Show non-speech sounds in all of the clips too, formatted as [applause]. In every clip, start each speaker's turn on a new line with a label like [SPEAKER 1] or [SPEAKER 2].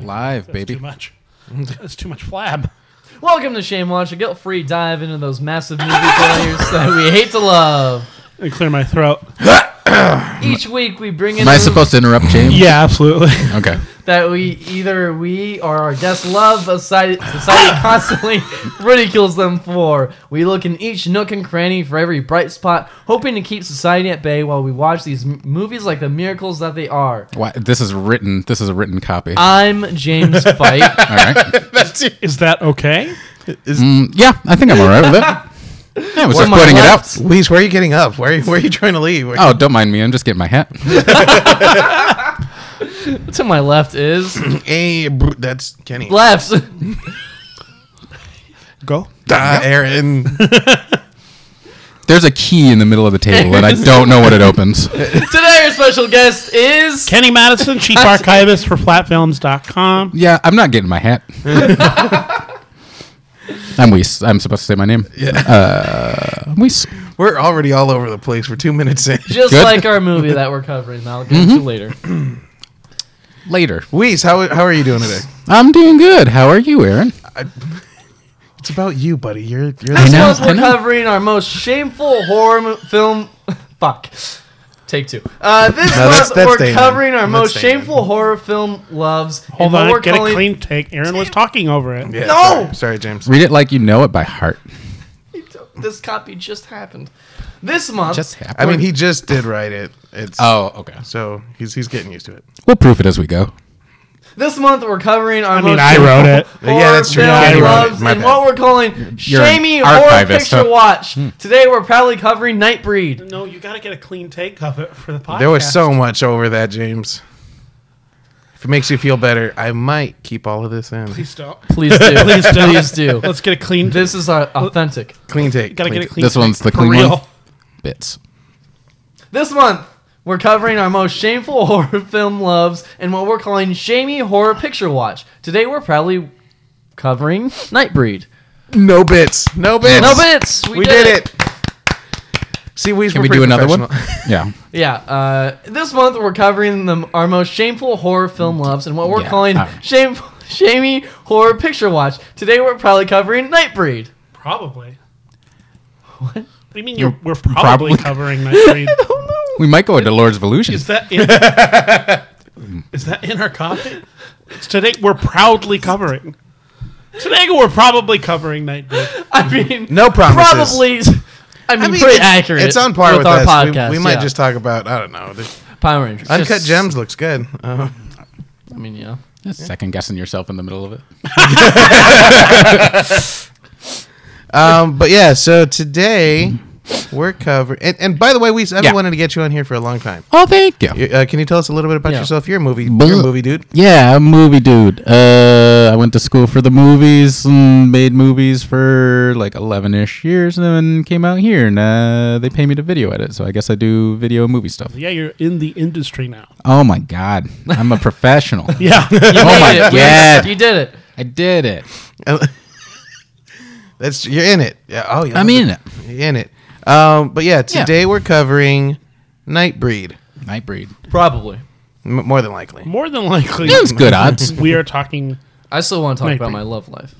[SPEAKER 1] dive,
[SPEAKER 2] That's
[SPEAKER 1] baby.
[SPEAKER 2] too much. That's too much flab.
[SPEAKER 3] Welcome to Shame Watch, a guilt-free dive into those massive
[SPEAKER 1] [laughs]
[SPEAKER 3] movie failures that we hate to love.
[SPEAKER 2] And clear my throat.
[SPEAKER 3] Each week we bring in
[SPEAKER 1] Am I
[SPEAKER 3] a
[SPEAKER 1] supposed to interrupt James?
[SPEAKER 2] Yeah, absolutely. [laughs]
[SPEAKER 1] Okay.
[SPEAKER 3] movie that we either we or our guests love, but society,
[SPEAKER 1] [laughs]
[SPEAKER 3] society constantly ridicules them for. We look in each nook and cranny for every bright spot, hoping to keep society at bay while we watch these m- movies like the miracles that they are.
[SPEAKER 1] Why, this is written. This is a written copy.
[SPEAKER 3] Uh, I'm
[SPEAKER 1] [laughs]
[SPEAKER 3] James Fight.
[SPEAKER 1] all right.
[SPEAKER 2] Is that okay?
[SPEAKER 1] Mm, yeah, I think I'm all right with it. Yeah, I was
[SPEAKER 3] One
[SPEAKER 1] just
[SPEAKER 3] of my
[SPEAKER 1] pointing it out.
[SPEAKER 3] lefts.
[SPEAKER 4] Luis, where are you getting up? Where are you, where are you trying to leave?
[SPEAKER 1] Oh, don't mind me. I'm just getting my hat.
[SPEAKER 3] to my left is [clears throat]
[SPEAKER 4] Hey, br- that's Kenny.
[SPEAKER 3] left. [laughs]
[SPEAKER 2] Go.
[SPEAKER 4] Duh,
[SPEAKER 1] [laughs]
[SPEAKER 4] Aaron.
[SPEAKER 1] There's a key in the middle of the table, and I don't know what it opens.
[SPEAKER 3] Today our special guest is
[SPEAKER 2] Kenny [laughs] Madison, chief archivist for flatfilms.com.
[SPEAKER 1] Yeah, I'm not getting my hat. I'm Weiss. I'm supposed to say my name. Yeah. Uh, I'm Weiss.
[SPEAKER 4] We're already all over the place. We're two minutes
[SPEAKER 1] [laughs]
[SPEAKER 4] in.
[SPEAKER 3] just
[SPEAKER 1] Good.
[SPEAKER 3] like our movie that we're covering. That I'll get
[SPEAKER 4] Mm-hmm.
[SPEAKER 3] to later.
[SPEAKER 1] Later.
[SPEAKER 4] Luis, how, how are you doing today?
[SPEAKER 1] I'm doing good. How are you, Aaron?
[SPEAKER 4] It's about you, buddy. You're, you're
[SPEAKER 1] I
[SPEAKER 3] This
[SPEAKER 1] know.
[SPEAKER 3] month we're
[SPEAKER 1] know.
[SPEAKER 3] covering our most shameful horror mo- film. [laughs] Fuck. Take two. Uh, this
[SPEAKER 4] No, that's-
[SPEAKER 3] month
[SPEAKER 4] that's
[SPEAKER 3] we're
[SPEAKER 4] Damon.
[SPEAKER 3] covering our
[SPEAKER 4] That's
[SPEAKER 3] most
[SPEAKER 4] Damon.
[SPEAKER 3] shameful horror film loves. and
[SPEAKER 2] Hold
[SPEAKER 3] what
[SPEAKER 2] on,
[SPEAKER 3] we're
[SPEAKER 2] get a
[SPEAKER 3] calling-
[SPEAKER 2] clean take. Aaron was talking over it.
[SPEAKER 4] [laughs] Yeah,
[SPEAKER 3] No!
[SPEAKER 4] Sorry, Sorry, James.
[SPEAKER 1] Read it like you know it by heart.
[SPEAKER 3] This copy just happened. This month.
[SPEAKER 1] Just happened.
[SPEAKER 4] I mean, he just did write it. It's
[SPEAKER 1] Oh, okay.
[SPEAKER 4] so he's he's getting used to it.
[SPEAKER 1] We'll proof it as we go.
[SPEAKER 3] This month we're covering our
[SPEAKER 2] I mean,
[SPEAKER 3] most
[SPEAKER 2] I wrote it.
[SPEAKER 3] horror
[SPEAKER 4] Yeah, that's true.
[SPEAKER 3] film
[SPEAKER 2] Yeah, I wrote
[SPEAKER 3] loves
[SPEAKER 4] it. My
[SPEAKER 3] and
[SPEAKER 4] bad.
[SPEAKER 3] what we're calling
[SPEAKER 1] you're an
[SPEAKER 3] shamey horror
[SPEAKER 1] archivist,
[SPEAKER 3] picture
[SPEAKER 1] huh?
[SPEAKER 3] watch.
[SPEAKER 4] Hmm.
[SPEAKER 3] Today we're proudly covering
[SPEAKER 4] [laughs]
[SPEAKER 3] Nightbreed.
[SPEAKER 2] No, you got to get a clean take of it for the podcast.
[SPEAKER 4] There was so much over that, James. If it makes you feel better, I might keep all of this in.
[SPEAKER 2] Please don't.
[SPEAKER 3] Please do.
[SPEAKER 2] Please don't.
[SPEAKER 3] Please do.
[SPEAKER 4] [laughs]
[SPEAKER 2] Let's get a clean.
[SPEAKER 3] [laughs]
[SPEAKER 2] This
[SPEAKER 3] This is uh, authentic.
[SPEAKER 4] Clean take.
[SPEAKER 2] gotta
[SPEAKER 4] clean
[SPEAKER 2] get a
[SPEAKER 4] take.
[SPEAKER 2] clean.
[SPEAKER 1] This
[SPEAKER 2] take
[SPEAKER 1] one's the
[SPEAKER 2] for
[SPEAKER 1] clean
[SPEAKER 2] real.
[SPEAKER 1] one? Bits.
[SPEAKER 3] This month, we're covering our most shameful [laughs] horror film loves and what we're calling Shamey Horror Picture Watch. Today, we're probably covering Nightbreed.
[SPEAKER 4] No bits. No bits.
[SPEAKER 3] No bits! We,
[SPEAKER 4] We did it. See, we
[SPEAKER 1] Can we do another one? [laughs] Yeah.
[SPEAKER 3] Yeah. Uh, this month, we're covering the, our most shameful horror film loves and what we're
[SPEAKER 1] Yeah,
[SPEAKER 3] calling
[SPEAKER 1] alright.
[SPEAKER 3] shameful, Shamey Horror Picture Watch. Today, we're probably covering Nightbreed.
[SPEAKER 2] Probably. What? do you mean you're, we're
[SPEAKER 1] probably-
[SPEAKER 2] probably, covering that green?
[SPEAKER 1] We might go into Lord's of Illusion.
[SPEAKER 2] Is that in, is that in our copy? It's today we're proudly covering. Today we're probably covering Nightbreed.
[SPEAKER 3] I mean,
[SPEAKER 4] Mm-hmm. No promises.
[SPEAKER 3] probably. [laughs] I mean,
[SPEAKER 4] I mean,
[SPEAKER 3] pretty
[SPEAKER 4] it-
[SPEAKER 3] accurate.
[SPEAKER 4] It's on par with,
[SPEAKER 3] our
[SPEAKER 4] us. We-
[SPEAKER 3] podcast.
[SPEAKER 4] We, might
[SPEAKER 3] yeah.
[SPEAKER 4] just talk about I don't know. The
[SPEAKER 3] Power Rangers.
[SPEAKER 4] Uncut
[SPEAKER 3] Just-
[SPEAKER 4] Gems
[SPEAKER 3] [laughs]
[SPEAKER 4] looks good. Uh,
[SPEAKER 3] I mean, yeah.
[SPEAKER 1] Second guessing yourself in the middle of it.
[SPEAKER 4] um, but yeah, so today we're covering. And, and by the way, we I've been
[SPEAKER 1] Yeah.
[SPEAKER 4] wanted to get you on here for a long time.
[SPEAKER 1] Oh, thank you.
[SPEAKER 4] You- Uh, can you tell us a little bit about
[SPEAKER 3] Yeah.
[SPEAKER 4] yourself? You're a movie.
[SPEAKER 1] Blah.
[SPEAKER 4] You're a movie dude. [laughs]
[SPEAKER 1] Yeah, I'm a movie dude. Uh, I went to school for the movies and made movies for like 11 ish years and then came out here and uh, they pay me to video edit. So I guess I do video and movie stuff.
[SPEAKER 2] Yeah, you're in the industry now.
[SPEAKER 1] Oh my God. I'm a [laughs] professional.
[SPEAKER 2] [laughs] Yeah.
[SPEAKER 3] [laughs]
[SPEAKER 1] oh
[SPEAKER 3] You
[SPEAKER 1] my
[SPEAKER 3] did it. You
[SPEAKER 1] God.
[SPEAKER 3] did it.
[SPEAKER 1] I did it.
[SPEAKER 4] That's you're in it. Yeah. Oh yeah.
[SPEAKER 1] I'm in it.
[SPEAKER 4] You're in it. Um, but yeah,
[SPEAKER 1] Yeah.
[SPEAKER 4] today we're covering Nightbreed.
[SPEAKER 1] Nightbreed.
[SPEAKER 3] Probably.
[SPEAKER 4] M- more than likely.
[SPEAKER 2] More than likely
[SPEAKER 1] It was good odds.
[SPEAKER 2] we are talking
[SPEAKER 3] I still want to talk
[SPEAKER 2] Maybe.
[SPEAKER 3] about my love life.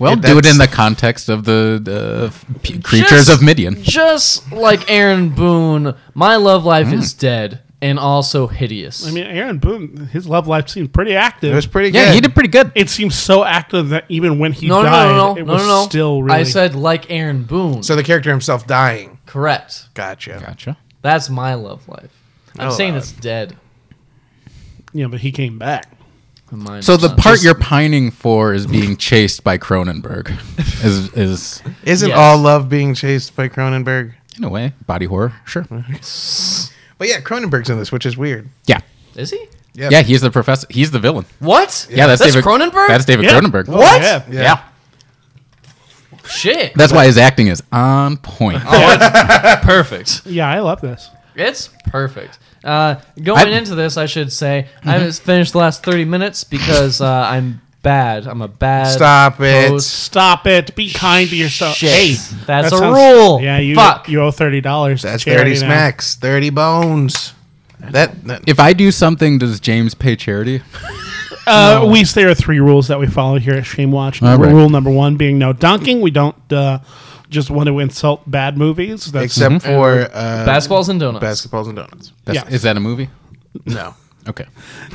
[SPEAKER 1] Well,
[SPEAKER 4] Yeah,
[SPEAKER 1] do it in
[SPEAKER 4] that's-
[SPEAKER 1] the context of the, the p- creatures
[SPEAKER 3] Just-
[SPEAKER 1] of Midian.
[SPEAKER 3] Just like Aaron Boone, my love life is dead and also hideous.
[SPEAKER 2] Mm-hmm. I mean Aaron Boone, his love life seemed pretty active.
[SPEAKER 4] It was pretty good.
[SPEAKER 1] Yeah, he did pretty good.
[SPEAKER 2] it seems so active that even when he
[SPEAKER 3] no, no,
[SPEAKER 2] died,
[SPEAKER 3] no, no, no,
[SPEAKER 2] it
[SPEAKER 3] no,
[SPEAKER 2] was
[SPEAKER 3] no, no.
[SPEAKER 2] still really
[SPEAKER 3] I said like Aaron Boone.
[SPEAKER 4] So the character himself dying.
[SPEAKER 3] Correct.
[SPEAKER 4] Gotcha.
[SPEAKER 1] Gotcha.
[SPEAKER 3] That's my love life. I'm
[SPEAKER 4] Oh,
[SPEAKER 3] saying
[SPEAKER 4] uh,
[SPEAKER 3] it's dead.
[SPEAKER 2] Yeah, but he came back.
[SPEAKER 3] Mine
[SPEAKER 1] So
[SPEAKER 3] is
[SPEAKER 1] the
[SPEAKER 3] not.
[SPEAKER 1] part you're pining for is being chased by Cronenberg, is is
[SPEAKER 4] Isn't
[SPEAKER 3] Yes.
[SPEAKER 4] all love being chased by Cronenberg?
[SPEAKER 1] in a way body horror. Sure.
[SPEAKER 4] But yeah, Cronenberg's in this, which is weird.
[SPEAKER 1] Yeah.
[SPEAKER 3] is he?
[SPEAKER 4] Yeah.
[SPEAKER 1] Yeah, he's the professor. He's the villain.
[SPEAKER 3] What?
[SPEAKER 1] Yeah, that's,
[SPEAKER 3] that's
[SPEAKER 1] David
[SPEAKER 3] Cronenberg.
[SPEAKER 1] That's David
[SPEAKER 2] Yeah.
[SPEAKER 1] Cronenberg.
[SPEAKER 2] Oh, What? yeah.
[SPEAKER 1] Yeah.
[SPEAKER 3] shit.
[SPEAKER 1] That's why his acting is on point.
[SPEAKER 3] perfect.
[SPEAKER 2] Yeah, I love this.
[SPEAKER 3] It's perfect. Uh, going
[SPEAKER 1] I'm-
[SPEAKER 3] into this, I should say
[SPEAKER 2] Mm-hmm.
[SPEAKER 3] I haven't finished the last thirty minutes because uh, I'm bad. I'm a bad.
[SPEAKER 4] Stop it.
[SPEAKER 3] host.
[SPEAKER 2] Stop it. Be kind to yourself.
[SPEAKER 3] Shit.
[SPEAKER 2] Hey,
[SPEAKER 3] That's
[SPEAKER 2] that
[SPEAKER 3] a
[SPEAKER 2] sounds-
[SPEAKER 3] rule.
[SPEAKER 2] Yeah, you
[SPEAKER 3] Fuck.
[SPEAKER 2] you owe thirty dollars.
[SPEAKER 4] That's 30 smacks, 30 bones. That, that
[SPEAKER 1] If I do something, does James pay charity?
[SPEAKER 2] Uh, We there are three rules that we follow here at Shame Watch. Number-
[SPEAKER 1] right.
[SPEAKER 2] Rule number one being no dunking. We don't uh, just want to insult bad movies. That's
[SPEAKER 4] except
[SPEAKER 1] Mm-hmm.
[SPEAKER 4] for uh,
[SPEAKER 3] Basketballs and donuts.
[SPEAKER 4] basketballs and donuts.
[SPEAKER 1] That's-
[SPEAKER 2] Yeah.
[SPEAKER 1] Is that a movie?
[SPEAKER 4] No.
[SPEAKER 1] Okay.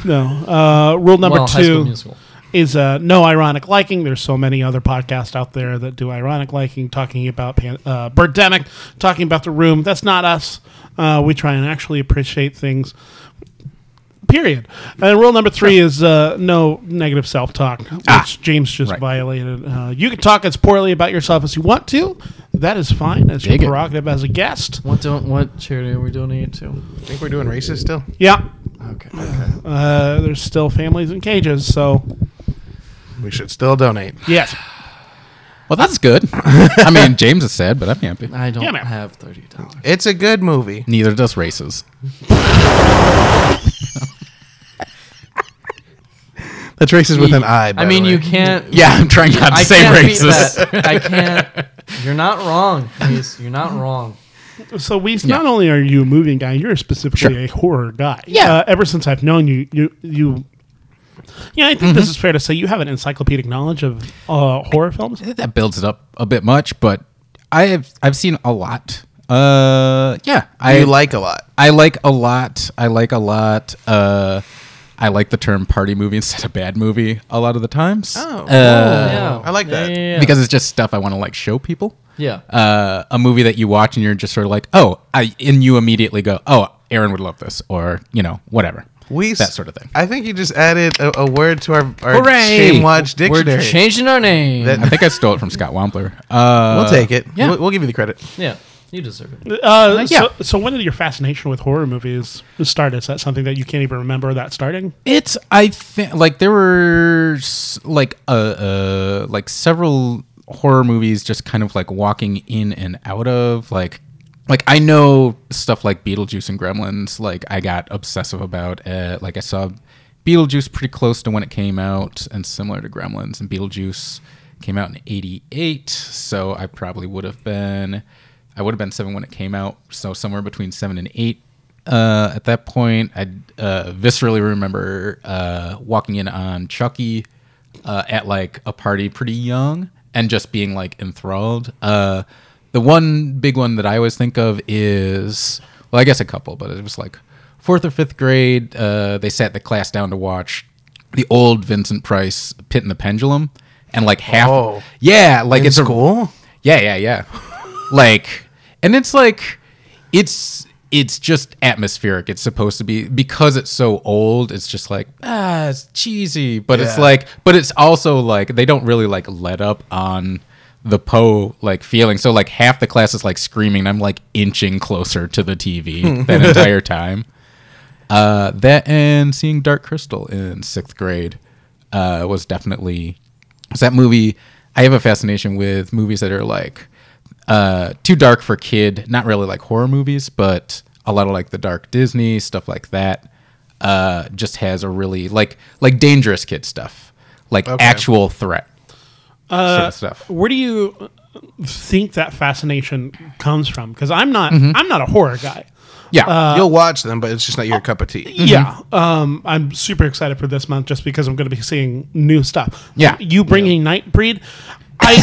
[SPEAKER 2] no. Uh, rule number
[SPEAKER 3] well, High School
[SPEAKER 2] two
[SPEAKER 3] Musical.
[SPEAKER 2] is uh, no ironic liking. There's so many other podcasts out there that do ironic liking, talking about pan- uh, Birdemic, talking about the room. That's not us. Uh, we try and actually appreciate things. Period. And rule number three is uh, no negative self talk, which James just
[SPEAKER 1] Ah. Right.
[SPEAKER 2] violated. Uh, you can talk as poorly about yourself as you want to. That is fine. That's your
[SPEAKER 1] Dig it.
[SPEAKER 2] prerogative as a guest.
[SPEAKER 3] What don't what charity are we donating to?
[SPEAKER 4] I think we're doing racist still.
[SPEAKER 2] Yeah.
[SPEAKER 4] Okay.
[SPEAKER 2] Uh, there's still families in cages, so
[SPEAKER 4] We should still donate.
[SPEAKER 2] yes.
[SPEAKER 1] Well, that's good. I mean, James is sad, but I'm happy.
[SPEAKER 3] I don't
[SPEAKER 2] Yeah, man.
[SPEAKER 3] have thirty dollars.
[SPEAKER 4] It's a good movie.
[SPEAKER 1] Neither does races.
[SPEAKER 4] That's racist with an I. by
[SPEAKER 3] I mean,
[SPEAKER 4] the way.
[SPEAKER 3] you
[SPEAKER 4] [laughs]
[SPEAKER 3] can't.
[SPEAKER 1] Yeah, I'm trying not to
[SPEAKER 3] I
[SPEAKER 1] say
[SPEAKER 3] can't
[SPEAKER 1] racist.
[SPEAKER 3] Beat that. I
[SPEAKER 4] [laughs]
[SPEAKER 3] can't. You're not wrong, please. You're not wrong.
[SPEAKER 2] So we not only are you a movie guy, you're specifically a horror guy.
[SPEAKER 1] Yeah.
[SPEAKER 2] Uh, ever since I've known you, you you. Yeah, I think this is fair to say you have an encyclopedic knowledge of uh, horror films.
[SPEAKER 1] That builds it up a bit much, but I have I've seen a lot. Uh, yeah, I
[SPEAKER 4] you like a lot.
[SPEAKER 1] I like a lot. I like a lot. Uh, I like the term party movie [laughs] instead of bad movie a lot of the times.
[SPEAKER 4] Oh,
[SPEAKER 1] Uh,
[SPEAKER 3] yeah,
[SPEAKER 4] I like that.
[SPEAKER 3] Yeah, yeah, yeah.
[SPEAKER 1] because it's just stuff I want to like show people.
[SPEAKER 3] yeah.
[SPEAKER 1] Uh, a movie that you watch and you're just sort of like, oh, I, and you immediately go, oh, Aaron would love this, or you know, whatever.
[SPEAKER 4] We
[SPEAKER 1] that
[SPEAKER 4] s-
[SPEAKER 1] sort of thing.
[SPEAKER 4] I think you just added a, a word to our, our
[SPEAKER 1] Hooray!
[SPEAKER 4] shame watch
[SPEAKER 3] We're
[SPEAKER 4] dictionary.
[SPEAKER 3] changing our name.
[SPEAKER 4] That-
[SPEAKER 1] I think I stole it from Scott Wampler. Uh,
[SPEAKER 4] we'll take it.
[SPEAKER 1] yeah.
[SPEAKER 4] We'll, we'll give you the credit.
[SPEAKER 3] yeah, you deserve it.
[SPEAKER 2] Uh,
[SPEAKER 1] yeah.
[SPEAKER 2] So, so when did your fascination with horror movies start? Is that something that you can't even remember that starting?
[SPEAKER 1] It's I think like there were s- like uh, uh like several horror movies just kind of like walking in and out of like like I know stuff like Beetlejuice and Gremlins like I got obsessive about uh, like I saw Beetlejuice pretty close to when it came out and similar to Gremlins and Beetlejuice came out in 88 so I probably would have been I would have been 7 when it came out so somewhere between 7 and 8 uh, at that point, I uh, viscerally remember uh, walking in on Chucky uh, at like a party pretty young and just being like enthralled. Uh, the one big one that I always think of is, well, I guess a couple, but it was like fourth or fifth grade. Uh, they sat the class down to watch the old Vincent Price Pit in the Pendulum. And like half,
[SPEAKER 4] Oh.
[SPEAKER 1] yeah, like
[SPEAKER 4] In
[SPEAKER 1] it's a,
[SPEAKER 4] school?
[SPEAKER 1] yeah, yeah, yeah. like, and it's like, it's it's just atmospheric. It's supposed to be because it's so old. It's just like ah, it's cheesy, but it's
[SPEAKER 4] Yeah.
[SPEAKER 1] like, but it's also like they don't really like let up on the Poe like feeling. So like half the class is like screaming. I'm like inching closer to the TV that entire time. Uh, that and seeing Dark Crystal in sixth grade uh, was definitely was that movie. I have a fascination with movies that are like uh, too dark for kid. Not really like horror movies, but a lot of like the dark Disney stuff like that. Uh, just has a really like like dangerous kid stuff, like actual threat sort
[SPEAKER 4] Uh,
[SPEAKER 1] of stuff.
[SPEAKER 2] Where do you uh, think that fascination comes from? Because I'm not, I'm not a horror guy.
[SPEAKER 1] Yeah,
[SPEAKER 4] You'll watch them, but it's just not your cup of tea.
[SPEAKER 2] Yeah, um, I'm super excited for this month just because I'm going to be seeing new stuff.
[SPEAKER 1] Yeah.
[SPEAKER 2] you bringing Nightbreed, I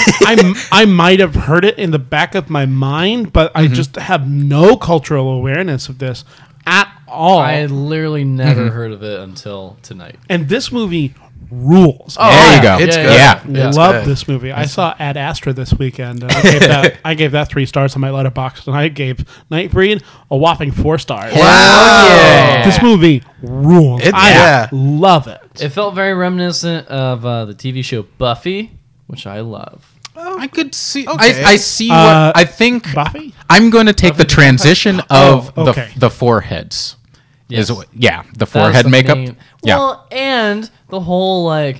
[SPEAKER 2] [laughs] I I might have heard it in the back of my mind, but
[SPEAKER 4] Mm-hmm.
[SPEAKER 2] I just have no cultural awareness of this at all.
[SPEAKER 3] I had literally never
[SPEAKER 4] Mm-hmm.
[SPEAKER 3] heard of it until tonight.
[SPEAKER 2] and this movie rules.
[SPEAKER 4] Oh,
[SPEAKER 1] there
[SPEAKER 4] yeah,
[SPEAKER 1] you go.
[SPEAKER 4] it's
[SPEAKER 1] yeah,
[SPEAKER 4] good.
[SPEAKER 1] yeah.
[SPEAKER 3] yeah.
[SPEAKER 2] I love
[SPEAKER 4] good.
[SPEAKER 2] this movie. I saw Ad Astra this weekend. And I, gave
[SPEAKER 4] [laughs]
[SPEAKER 2] that, I gave that three stars on my letterbox, and I gave Nightbreed a whopping four stars. This movie rules.
[SPEAKER 4] It-
[SPEAKER 2] I
[SPEAKER 4] yeah.
[SPEAKER 2] love it.
[SPEAKER 3] It felt very reminiscent of uh, the TV show Buffy, which I love.
[SPEAKER 1] I could see.
[SPEAKER 4] Okay.
[SPEAKER 1] I, I see
[SPEAKER 2] Uh,
[SPEAKER 1] what I think.
[SPEAKER 2] Buffy?
[SPEAKER 1] I'm going to take the transition of
[SPEAKER 2] Oh, okay.
[SPEAKER 1] the the foreheads.
[SPEAKER 3] Yes.
[SPEAKER 1] Is what, yeah, the
[SPEAKER 3] That was
[SPEAKER 1] forehead
[SPEAKER 3] the
[SPEAKER 1] makeup.
[SPEAKER 3] main-
[SPEAKER 1] Yeah.
[SPEAKER 3] Well, and the whole like,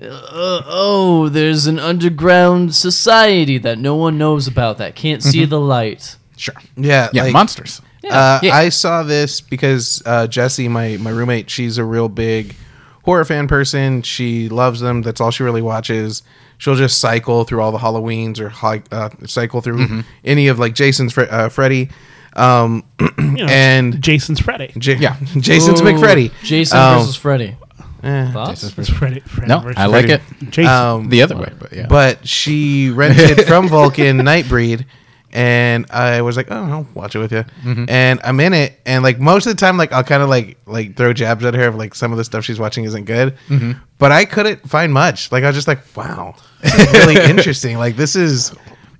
[SPEAKER 3] uh, oh, there's an underground society that no one knows about that can't see
[SPEAKER 1] Mm-hmm.
[SPEAKER 3] the light.
[SPEAKER 1] sure.
[SPEAKER 4] Yeah,
[SPEAKER 1] Yeah,
[SPEAKER 4] like,
[SPEAKER 1] monsters.
[SPEAKER 4] Uh,
[SPEAKER 1] Yeah.
[SPEAKER 4] I saw this because uh, Jesse, my my roommate, she's a real big horror fan person. She loves them. That's all she really watches. She'll just cycle through all the Halloweens or hi- uh, cycle through any of like Jason's Fre- uh, Freddy um,
[SPEAKER 2] You know,
[SPEAKER 4] and
[SPEAKER 2] Jason's Freddy.
[SPEAKER 4] J-
[SPEAKER 1] Yeah.
[SPEAKER 4] [laughs] Jason's
[SPEAKER 3] Ooh,
[SPEAKER 4] McFreddy.
[SPEAKER 3] Jason
[SPEAKER 1] Oh.
[SPEAKER 4] Um,
[SPEAKER 3] versus Freddy.
[SPEAKER 4] Eh.
[SPEAKER 3] Thoughts?
[SPEAKER 2] It's Freddy. Freddy
[SPEAKER 1] No,
[SPEAKER 2] versus
[SPEAKER 1] I like it
[SPEAKER 4] Freddy.
[SPEAKER 2] Jason.
[SPEAKER 4] Um,
[SPEAKER 1] the other way, but yeah.
[SPEAKER 4] But she
[SPEAKER 1] [laughs]
[SPEAKER 4] rented from Vulcan Nightbreed, and I was like, "Oh, I'll watch it with you."
[SPEAKER 1] Mm-hmm.
[SPEAKER 4] And I'm in it, and like most of the time, like I'll kind of like like throw jabs at her of like some of the stuff she's watching isn't good.
[SPEAKER 1] Mm-hmm.
[SPEAKER 4] But I couldn't find much. Like I was just like, "Wow, this is
[SPEAKER 1] [laughs]
[SPEAKER 4] really interesting." Like this is.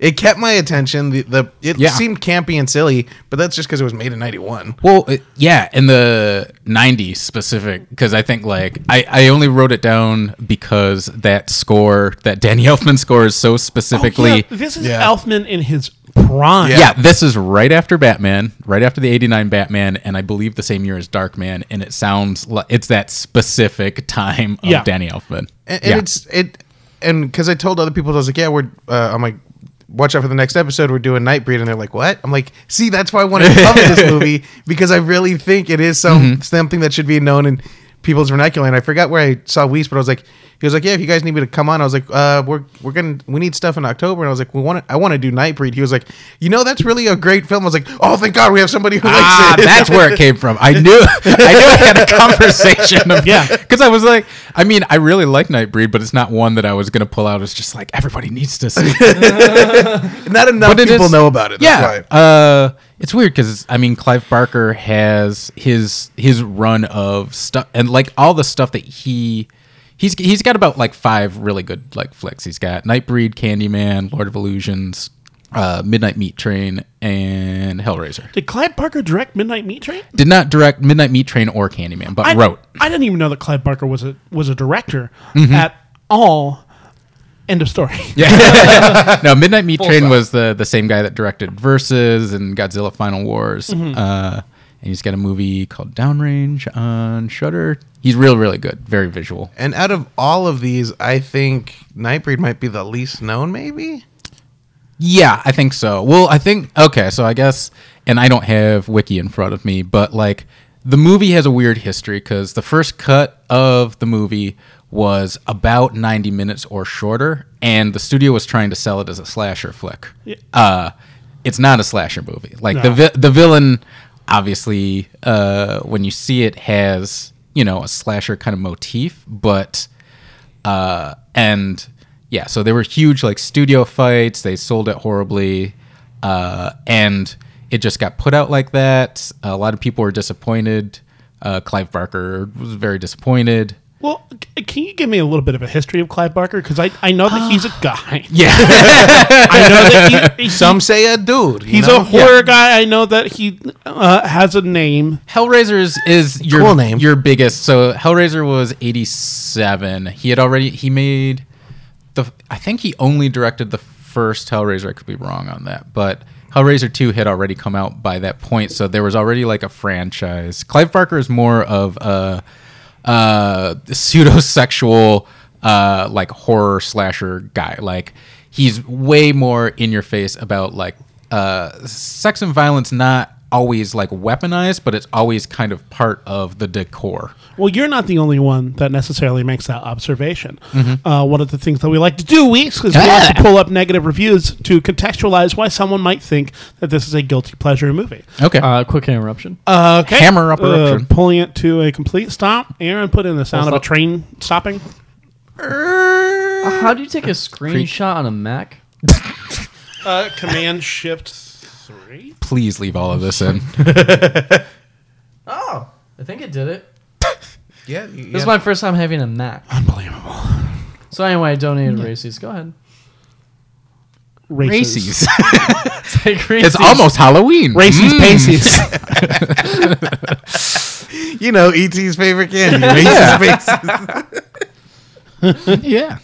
[SPEAKER 4] It kept my attention. The, the it
[SPEAKER 1] Yeah.
[SPEAKER 4] seemed campy and silly, but that's just because it was made in '91.
[SPEAKER 1] Well, it, yeah, in the 90s specific, because I think like I, I only wrote it down because that score, that Danny [laughs] Elfman score is so specifically.
[SPEAKER 2] Oh,
[SPEAKER 1] yeah.
[SPEAKER 2] yeah, this is
[SPEAKER 4] Yeah.
[SPEAKER 2] Elfman in his prime.
[SPEAKER 4] Yeah.
[SPEAKER 1] this is right after Batman, right after the 89 Batman, and I believe the same year as Dark Man, and it sounds like it's that specific time of
[SPEAKER 2] Yeah.
[SPEAKER 1] Danny Elfman.
[SPEAKER 4] and, and
[SPEAKER 1] yeah.
[SPEAKER 4] it's it and because i told other people i was like yeah we're uh, i'm like watch out for the next episode we're doing nightbreed and they're like what i'm like see that's why i wanted to
[SPEAKER 1] [laughs]
[SPEAKER 4] cover this movie because i really think it is some
[SPEAKER 1] Mm-hmm.
[SPEAKER 4] something that should be known in people's vernacular and i forgot where i saw weiss but i was like he was like yeah if you guys need me to come on i was like uh we're we're gonna we need stuff in october and i was like we want to i want to do nightbreed he was like you know that's really a great film i was like oh thank god we have somebody who
[SPEAKER 1] Ah,
[SPEAKER 4] likes it
[SPEAKER 1] that's where it came from. I knew, I knew I had a conversation. Of,
[SPEAKER 2] Yeah.
[SPEAKER 1] because I was like, I mean, I really like Nightbreed, but it's not one that I was gonna pull out. It's just like everybody needs to see. it.
[SPEAKER 4] [laughs] [laughs] not enough
[SPEAKER 1] But it
[SPEAKER 4] people
[SPEAKER 1] is-
[SPEAKER 4] know about it
[SPEAKER 1] yeah,
[SPEAKER 4] that's why.
[SPEAKER 1] uh, it's weird because I mean, Clive Barker has his his run of stuff, and like all the stuff that he he's he's got about like five really good like flicks. He's got Nightbreed, Candyman, Lord of Illusions, uh, Midnight Meat Train, and Hellraiser.
[SPEAKER 2] Did Clive Barker direct Midnight Meat Train?
[SPEAKER 1] Did not direct Midnight Meat Train or Candyman, but
[SPEAKER 2] I
[SPEAKER 1] wrote.
[SPEAKER 2] [laughs]
[SPEAKER 1] Mm-hmm.
[SPEAKER 2] I didn't even know that Clive Barker was a was a director at all. End of story.
[SPEAKER 1] [laughs] Yeah. no, Midnight Meat Train
[SPEAKER 3] stop.
[SPEAKER 1] was the the same guy that directed Versus and Godzilla Final Wars.
[SPEAKER 2] Mm-hmm.
[SPEAKER 1] Uh, and he's got a movie called Downrange on Shudder. He's real, really good. Very visual.
[SPEAKER 4] And out of all of these, I think Nightbreed might be the least known, maybe.
[SPEAKER 1] Yeah, I think so. Well, I think okay, so I guess and I don't have wiki in front of me, but like the movie has a weird history cuz the first cut of the movie was about 90 minutes or shorter and the studio was trying to sell it as a slasher flick. Uh it's not a slasher movie. Like the
[SPEAKER 2] No.
[SPEAKER 1] vi- the villain obviously uh when you see it has, you know, a slasher kind of motif, but uh, and yeah, so there were huge like studio fights. They sold it horribly, uh, and it just got put out like that. A lot of people were disappointed. Uh, Clive Barker was very disappointed.
[SPEAKER 2] Well, c- can you give me a little bit of a history of Clive Barker? Because I, I
[SPEAKER 1] [gasps]
[SPEAKER 2] know that he's a guy.
[SPEAKER 1] Yeah,
[SPEAKER 2] [laughs]
[SPEAKER 1] [laughs]
[SPEAKER 2] I know that he, he-
[SPEAKER 4] Some [laughs] say a dude. you
[SPEAKER 2] he's
[SPEAKER 4] know?
[SPEAKER 2] a horror guy. I know that he uh, has a name.
[SPEAKER 1] Hellraiser is, is your
[SPEAKER 4] Cool name.
[SPEAKER 1] your biggest. So Hellraiser was eighty seven. He had already he made the. I think he only directed the first Hellraiser. I could be wrong on that, but Hellraiser two had already come out by that point, so there was already like a franchise. Clive Barker is more of a uh, pseudo-sexual uh, like horror slasher guy. Like he's way more in your face about like uh, sex and violence, not always like weaponized, but it's always kind of part of the decor.
[SPEAKER 2] Well, you're not the only one that necessarily makes that observation.
[SPEAKER 1] Mm-hmm.
[SPEAKER 2] Uh, one of the things that we like to do weeks is we like to pull up negative reviews to contextualize why someone might think that this is a guilty pleasure movie.
[SPEAKER 1] Okay,
[SPEAKER 3] Uh, quick interruption.
[SPEAKER 2] Okay.
[SPEAKER 1] Uh,
[SPEAKER 2] Uh,
[SPEAKER 1] Hammer up eruption.
[SPEAKER 2] pulling it to a complete stop. Aaron put in the sound of a
[SPEAKER 3] stop.
[SPEAKER 2] train stopping.
[SPEAKER 3] Uh, How do you take a screenshot on a Mac?
[SPEAKER 2] Uh, command shift three.
[SPEAKER 1] please leave all of this in.
[SPEAKER 3] Oh, I think it did it.
[SPEAKER 4] [laughs] Yeah, you-
[SPEAKER 3] This
[SPEAKER 4] yeah.
[SPEAKER 3] is my first time having a Mac.
[SPEAKER 2] Unbelievable.
[SPEAKER 3] So anyway, I donated Reese's. Go ahead. [laughs]
[SPEAKER 2] Races.
[SPEAKER 1] Races.
[SPEAKER 3] Take Reese's.
[SPEAKER 1] it's almost Halloween.
[SPEAKER 2] Races,
[SPEAKER 1] Mm. [laughs]
[SPEAKER 2] paces.
[SPEAKER 4] you know ET's favorite [laughs] candy. Reese's Pieces.
[SPEAKER 1] Yeah.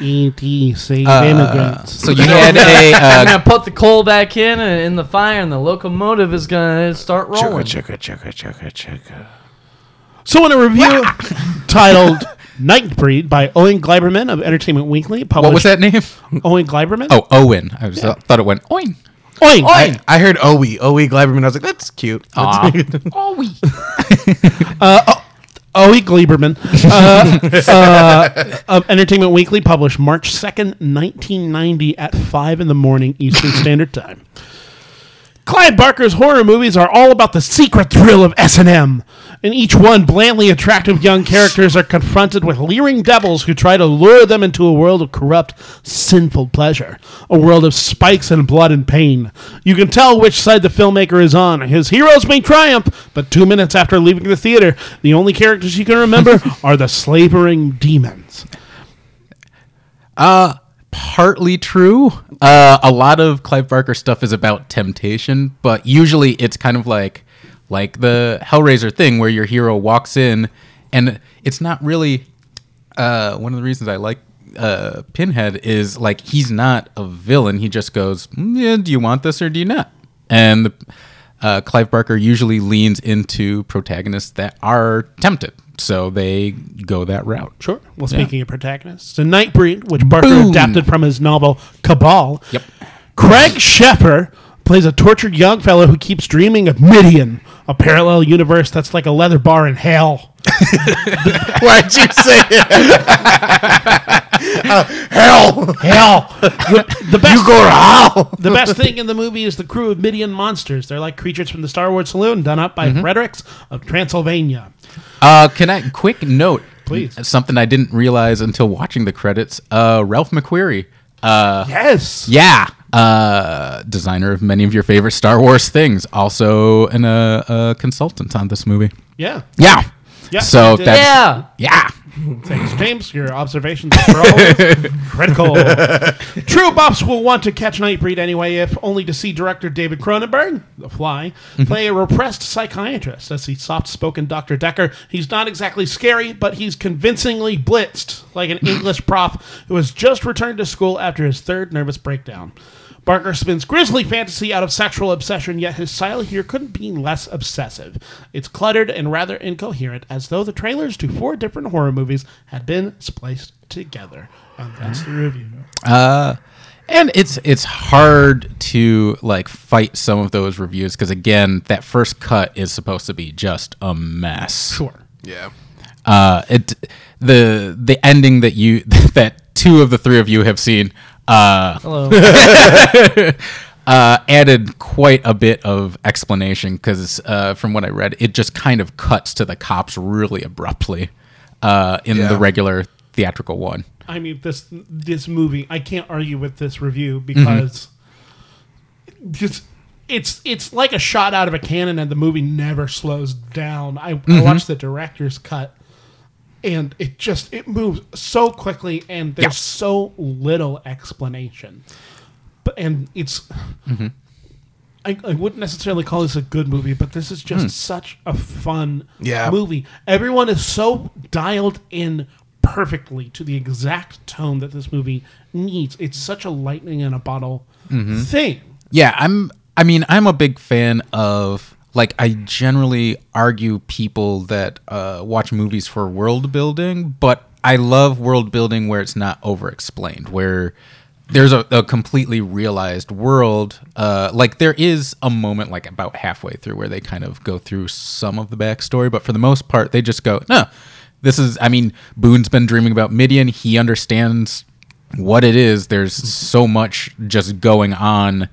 [SPEAKER 2] E.T. Save E immigrants.
[SPEAKER 1] So you had a [laughs]
[SPEAKER 3] I'm
[SPEAKER 1] uh,
[SPEAKER 3] gonna put the coal back in and in the fire, and the locomotive is gonna start rolling.
[SPEAKER 4] Chugga, chugga, chugga, chugga.
[SPEAKER 2] So in a
[SPEAKER 1] [laughs]
[SPEAKER 2] review titled Nightbreed by Owen Gleiberman of Entertainment Weekly, published
[SPEAKER 1] what was that name?
[SPEAKER 2] Owen Gleiberman?
[SPEAKER 1] [laughs] Oh, Owen. I was, thought it went Owen.
[SPEAKER 2] Owen.
[SPEAKER 4] I, I heard Owe Owe Gleiberman. I was like, that's cute.
[SPEAKER 1] Aw. Owen.
[SPEAKER 2] Owen Gleiberman Oh, uh, uh, of Entertainment Weekly, published March 2nd, 1990 at 5 in the morning Eastern Standard Time. Clive Barker's horror movies are all about the secret thrill of S&M In each one, blandly attractive young characters are confronted with leering devils who try to lure them into a world of corrupt, sinful pleasure, a world of spikes and blood and pain. You can tell which side the filmmaker is on. His heroes may triumph, but two minutes after leaving the theater, the only characters you can remember are the slavering demons.
[SPEAKER 1] partly true. Uh, a lot of Clive Barker stuff is about temptation, but usually it's kind of like like the Hellraiser thing where your hero walks in, and it's not really. Uh, one of the reasons I like uh, Pinhead is like he's not a villain. He just goes, "Mm, yeah, "Do you want this or do you not?" And the, uh, Clive Barker usually leans into protagonists that are tempted, so they go that route.
[SPEAKER 2] Sure. Well, speaking of protagonists, the Nightbreed, which Barker adapted from his novel Cabal.
[SPEAKER 1] Yep.
[SPEAKER 2] Craig Sheffer plays a tortured young fellow who keeps dreaming of Midian, a parallel universe that's like a leather bar in hell.
[SPEAKER 4] [laughs] Why'd you say it? [laughs] Uh, hell,
[SPEAKER 2] Hell. the, the best.
[SPEAKER 4] go to hell.
[SPEAKER 2] the best thing in the movie is the crew of Midian monsters. They're like creatures from the Star Wars saloon, done up by Fredericks of Transylvania.
[SPEAKER 1] Uh, can I quick note,
[SPEAKER 2] Please.
[SPEAKER 1] Something I didn't realize until watching the credits. Uh, Ralph McQuarrie. Uh,
[SPEAKER 2] Yes.
[SPEAKER 1] yeah. Uh, designer of many of your favorite Star Wars things, also an uh, uh, consultant on this movie.
[SPEAKER 2] Yeah.
[SPEAKER 1] Yeah.
[SPEAKER 2] Yeah,
[SPEAKER 1] so
[SPEAKER 2] he did.
[SPEAKER 1] that's
[SPEAKER 3] Yeah.
[SPEAKER 1] yeah.
[SPEAKER 2] Thanks, James. Your observations are always critical. True buffs will want to catch Nightbreed anyway, if only to see director David Cronenberg, The Fly, play a repressed psychiatrist. As the soft-spoken Dr. Decker, he's not exactly scary, but he's convincingly blitzed, like an English prof who has just returned to school after his third nervous breakdown. Barker spins grisly fantasy out of sexual obsession, yet his style here couldn't be less obsessive. It's cluttered and rather incoherent, as though the trailers to four different horror movies had been spliced together. And that's the review.
[SPEAKER 1] And it's it's hard to like fight some of those reviews because again, that first cut is supposed to be just a mess.
[SPEAKER 2] Sure.
[SPEAKER 4] Yeah.
[SPEAKER 1] uh, it the the ending that you [laughs] that two of the three of you have seen uh,
[SPEAKER 3] Hello.
[SPEAKER 1] [laughs] uh, added quite a bit of explanation because uh, from what I read, it just kind of cuts to the cops really abruptly uh, in the
[SPEAKER 4] Yeah.
[SPEAKER 1] regular theatrical one.
[SPEAKER 2] I mean this this movie. I can't argue with this review because just it's it's like a shot out of a cannon, and the movie never slows down. I, I watched the director's cut, and it just it moves so quickly, and there's
[SPEAKER 1] Yes.
[SPEAKER 2] so little explanation. But and it's. I, I wouldn't necessarily call this a good movie, but this is just such a fun
[SPEAKER 4] Yeah.
[SPEAKER 2] movie. Everyone is so dialed in perfectly to the exact tone that this movie needs. It's such a lightning in a bottle thing.
[SPEAKER 1] Yeah, I'm. I mean, I'm a big fan of like I generally argue people that uh, watch movies for world building, but I love world building where it's not over explained, where there's a, a completely realized world. Uh, like there is a moment like about halfway through where they kind of go through some of the backstory, but for the most part, they just go, no. This is, I mean, Boone's been dreaming about Midian. He understands what it is there's so much just going on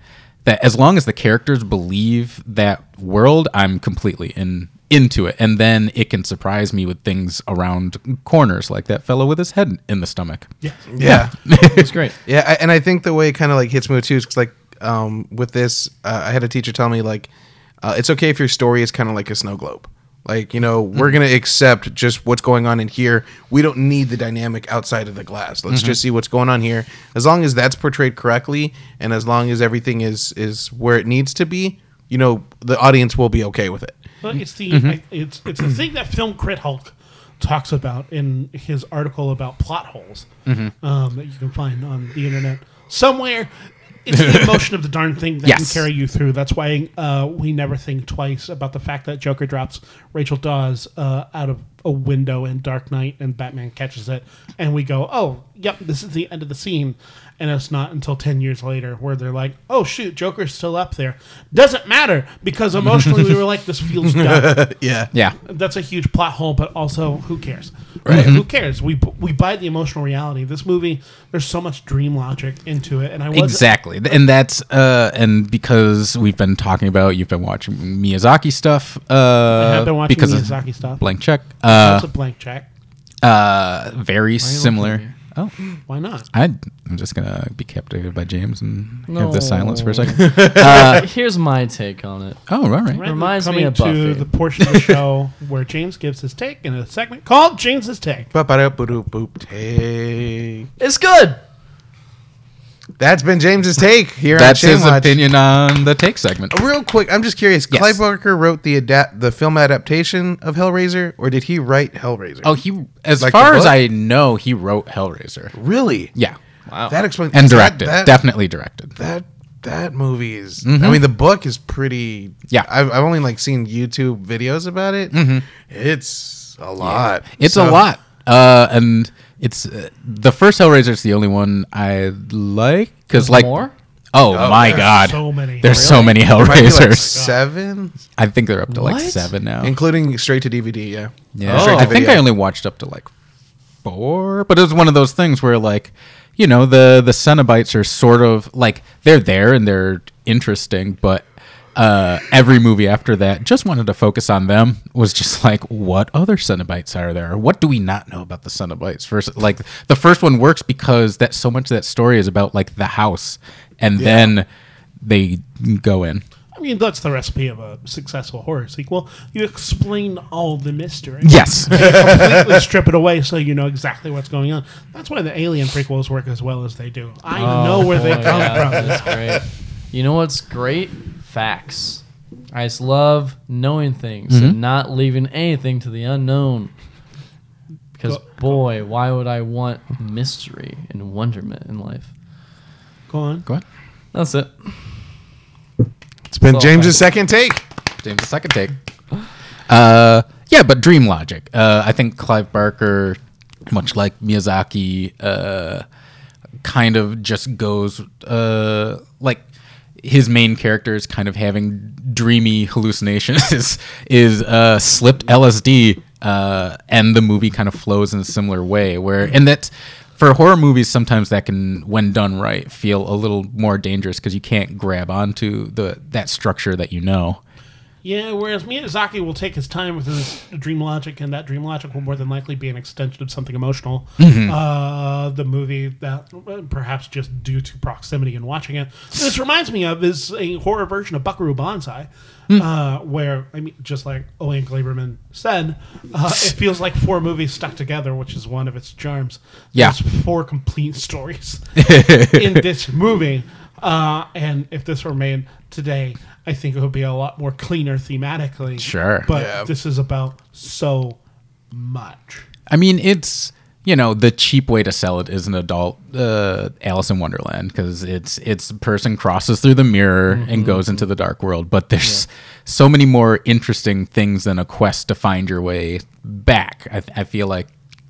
[SPEAKER 1] that as long as the characters believe that world i'm completely in into it and then it can surprise me with things around corners like that fellow with his head in the stomach
[SPEAKER 2] Yeah.
[SPEAKER 4] [laughs] Yeah.
[SPEAKER 1] it's great
[SPEAKER 4] Yeah, I, and I think the way it kind of like hits me too is 'cause, like um, with this, uh, I had a teacher tell me like uh, it's okay if your story is kind of like a snow globe. Like you know, we're
[SPEAKER 1] Mm.
[SPEAKER 4] gonna accept just what's going on in here. We don't need the dynamic outside of the glass. Let's
[SPEAKER 1] Mm-hmm.
[SPEAKER 4] just see what's going on here. As long as that's portrayed correctly, and as long as everything is is where it needs to be, you know, the audience will be okay with it.
[SPEAKER 2] But it's the I, it's it's the thing that film crit Hulk talks about in his article about plot holes um, that you can find on the internet somewhere. It's the emotion of the darn thing that
[SPEAKER 1] Yes.
[SPEAKER 2] can carry you through. That's why uh, we never think twice about the fact that Joker drops Rachel Dawes uh, out of a window in Dark Knight and Batman catches it, and we go, oh, yep, this is the end of the scene. And it's not until 10 years later where they're like, oh, shoot, Joker's still up there. Doesn't matter because emotionally we were like, this
[SPEAKER 1] [laughs]
[SPEAKER 2] feels dumb.
[SPEAKER 4] yeah.
[SPEAKER 1] [laughs] Yeah.
[SPEAKER 2] That's a huge plot hole, but also, who cares? Right. Who cares? We, we buy the emotional reality. This movie, there's so much dream logic into it. And I was
[SPEAKER 1] Exactly, and that's uh, and because we've been talking about, you've been watching Miyazaki stuff. Uh,
[SPEAKER 2] I have been watching
[SPEAKER 1] because of
[SPEAKER 2] Miyazaki stuff.
[SPEAKER 1] Blank Check. Uh,
[SPEAKER 2] That's a blank check.
[SPEAKER 1] uh, very similar. Oh,
[SPEAKER 2] Why not?
[SPEAKER 1] I, I'm just gonna be captivated by James and have this silence for a second. [laughs]
[SPEAKER 4] uh,
[SPEAKER 3] [laughs] Here's my take on it.
[SPEAKER 1] oh, all right.
[SPEAKER 2] Right,
[SPEAKER 3] Reminds me
[SPEAKER 2] coming
[SPEAKER 3] of
[SPEAKER 2] to
[SPEAKER 3] Buffy.
[SPEAKER 2] the portion of the show [laughs] where James gives his take in a segment called James's Take.
[SPEAKER 4] Ba-ba-da-ba-doop-boop. Take.
[SPEAKER 3] It's good.
[SPEAKER 4] That's been James's take here
[SPEAKER 1] That's
[SPEAKER 4] on Shame
[SPEAKER 1] his
[SPEAKER 4] Watch.
[SPEAKER 1] opinion on the take segment.
[SPEAKER 4] Uh, Real quick, I'm just curious.
[SPEAKER 1] Yes.
[SPEAKER 4] Clive Barker wrote the adapt the film adaptation of Hellraiser, or did he write Hellraiser?
[SPEAKER 1] Oh, he. As
[SPEAKER 4] Like the
[SPEAKER 1] far as
[SPEAKER 4] book?
[SPEAKER 1] I know, he wrote Hellraiser.
[SPEAKER 4] really?
[SPEAKER 1] Yeah,
[SPEAKER 4] That explains
[SPEAKER 1] and
[SPEAKER 4] is that-
[SPEAKER 1] directed.
[SPEAKER 4] that,
[SPEAKER 1] Definitely directed.
[SPEAKER 4] that that movie is i mean the book is pretty
[SPEAKER 1] Yeah. Mm-hmm.
[SPEAKER 4] i've, I've only like seen youtube videos about it it's a lot
[SPEAKER 1] It's a
[SPEAKER 4] So-
[SPEAKER 1] lot, uh, and it's uh, the first Hellraiser is the only one I like because like
[SPEAKER 3] more?
[SPEAKER 1] Oh, my
[SPEAKER 4] there's
[SPEAKER 1] god,
[SPEAKER 2] so many.
[SPEAKER 1] There's so many
[SPEAKER 4] There might be, like,
[SPEAKER 1] Hellraisers.
[SPEAKER 4] seven
[SPEAKER 1] I think they're up to like
[SPEAKER 3] What?
[SPEAKER 1] seven now.
[SPEAKER 4] including straight to dvd yeah
[SPEAKER 1] Oh. yeah, Oh,
[SPEAKER 4] Straight to
[SPEAKER 1] I think
[SPEAKER 4] video.
[SPEAKER 1] I only watched up to like four, but it was one of those things where like you know the the Cenobites are sort of like they're there and they're interesting, but. Uh, every movie after that just wanted to focus on them was just like what other Cenobites are there or what do we not know about the Cenobites versus like the first one works because that so much of that story is about like the house and then they go in
[SPEAKER 2] I mean, that's the recipe of a successful horror sequel. You explain all the mystery.
[SPEAKER 1] yes
[SPEAKER 2] Completely strip it away so you know exactly what's going on. That's why the Alien prequels work as well as they do. I know where they
[SPEAKER 3] Oh,
[SPEAKER 2] come
[SPEAKER 3] yeah,
[SPEAKER 2] from.
[SPEAKER 3] That's great. You know what's great? Facts. I just love knowing things
[SPEAKER 4] Mm-hmm.
[SPEAKER 3] and not leaving anything to the unknown. Because boy, why would I want mystery and wonderment in life?
[SPEAKER 2] Go on.
[SPEAKER 1] go on
[SPEAKER 3] That's it.
[SPEAKER 4] it's been
[SPEAKER 3] all
[SPEAKER 4] james's
[SPEAKER 3] right.
[SPEAKER 1] [laughs]
[SPEAKER 4] second take
[SPEAKER 1] James the second take. Uh, yeah, but dream logic. Uh, I think Clive Barker, much like Miyazaki, uh, kind of just goes uh, like his main character is kind of having dreamy hallucinations [laughs] is, is uh, slipped LSD uh, and the movie kind of flows in a similar way where and that's for horror movies sometimes that can when done right feel a little more dangerous because you can't grab onto the that structure that you know
[SPEAKER 2] Yeah, whereas Miyazaki will take his time with his dream logic, and that dream logic will more than likely be an extension of something emotional. Uh, the movie that uh, perhaps just due to proximity and watching it, this reminds me of is a horror version of Buckaroo Banzai, uh, where I mean, just like Owen Gleiberman said, uh, it feels like four movies stuck together, which is one of its charms.
[SPEAKER 1] Yeah.
[SPEAKER 2] There's four complete stories in this movie. Uh, and if this were made today, I think it would be a lot more cleaner thematically.
[SPEAKER 1] Sure.
[SPEAKER 2] But
[SPEAKER 4] Yeah.
[SPEAKER 2] this is about so much.
[SPEAKER 1] I mean, it's you know the cheap way to sell it is an adult uh, Alice in Wonderland because it's it's the person crosses through the mirror
[SPEAKER 2] Mm-hmm.
[SPEAKER 1] and goes into the dark world, but there's so many more interesting things than a quest to find your way back. I, I feel like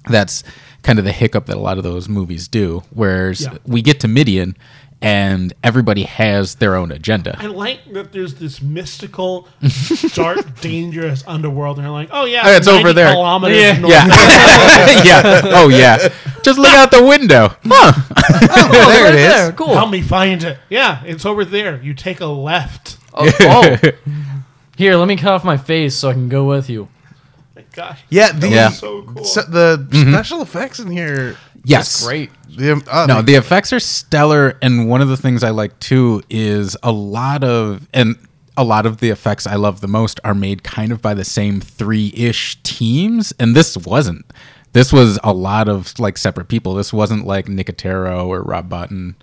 [SPEAKER 1] that's kind of the hiccup that a lot of those movies do, whereas
[SPEAKER 2] Yeah.
[SPEAKER 1] we get to Midian and everybody has their own agenda.
[SPEAKER 2] I like that there's this mystical, [laughs] dark, dangerous underworld, and they're like, oh, yeah,
[SPEAKER 1] Oh, it's over
[SPEAKER 2] 90
[SPEAKER 1] there.
[SPEAKER 2] Kilometers
[SPEAKER 3] Yeah.
[SPEAKER 2] north.
[SPEAKER 1] yeah. [laughs] yeah. Oh yeah. Just look out the window. Huh.
[SPEAKER 3] Oh,
[SPEAKER 4] there it is.
[SPEAKER 3] Cool.
[SPEAKER 2] [laughs] Help me find it. Yeah, it's over there. You take a left.
[SPEAKER 4] [laughs]
[SPEAKER 3] Oh, oh. Here, let me cut off my face so I can go with you.
[SPEAKER 2] My gosh.
[SPEAKER 4] yeah the,
[SPEAKER 1] Yeah. Mm-hmm.
[SPEAKER 2] So cool.
[SPEAKER 4] so- the special effects in here
[SPEAKER 1] Yes.
[SPEAKER 3] Great.
[SPEAKER 4] the, uh,
[SPEAKER 1] no, the effects are stellar, and one of the things I like too is a lot of and a lot of the effects I love the most are made kind of by the same three-ish teams, and this wasn't. This was a lot of like separate people. This wasn't like Nicotero or Rob Button.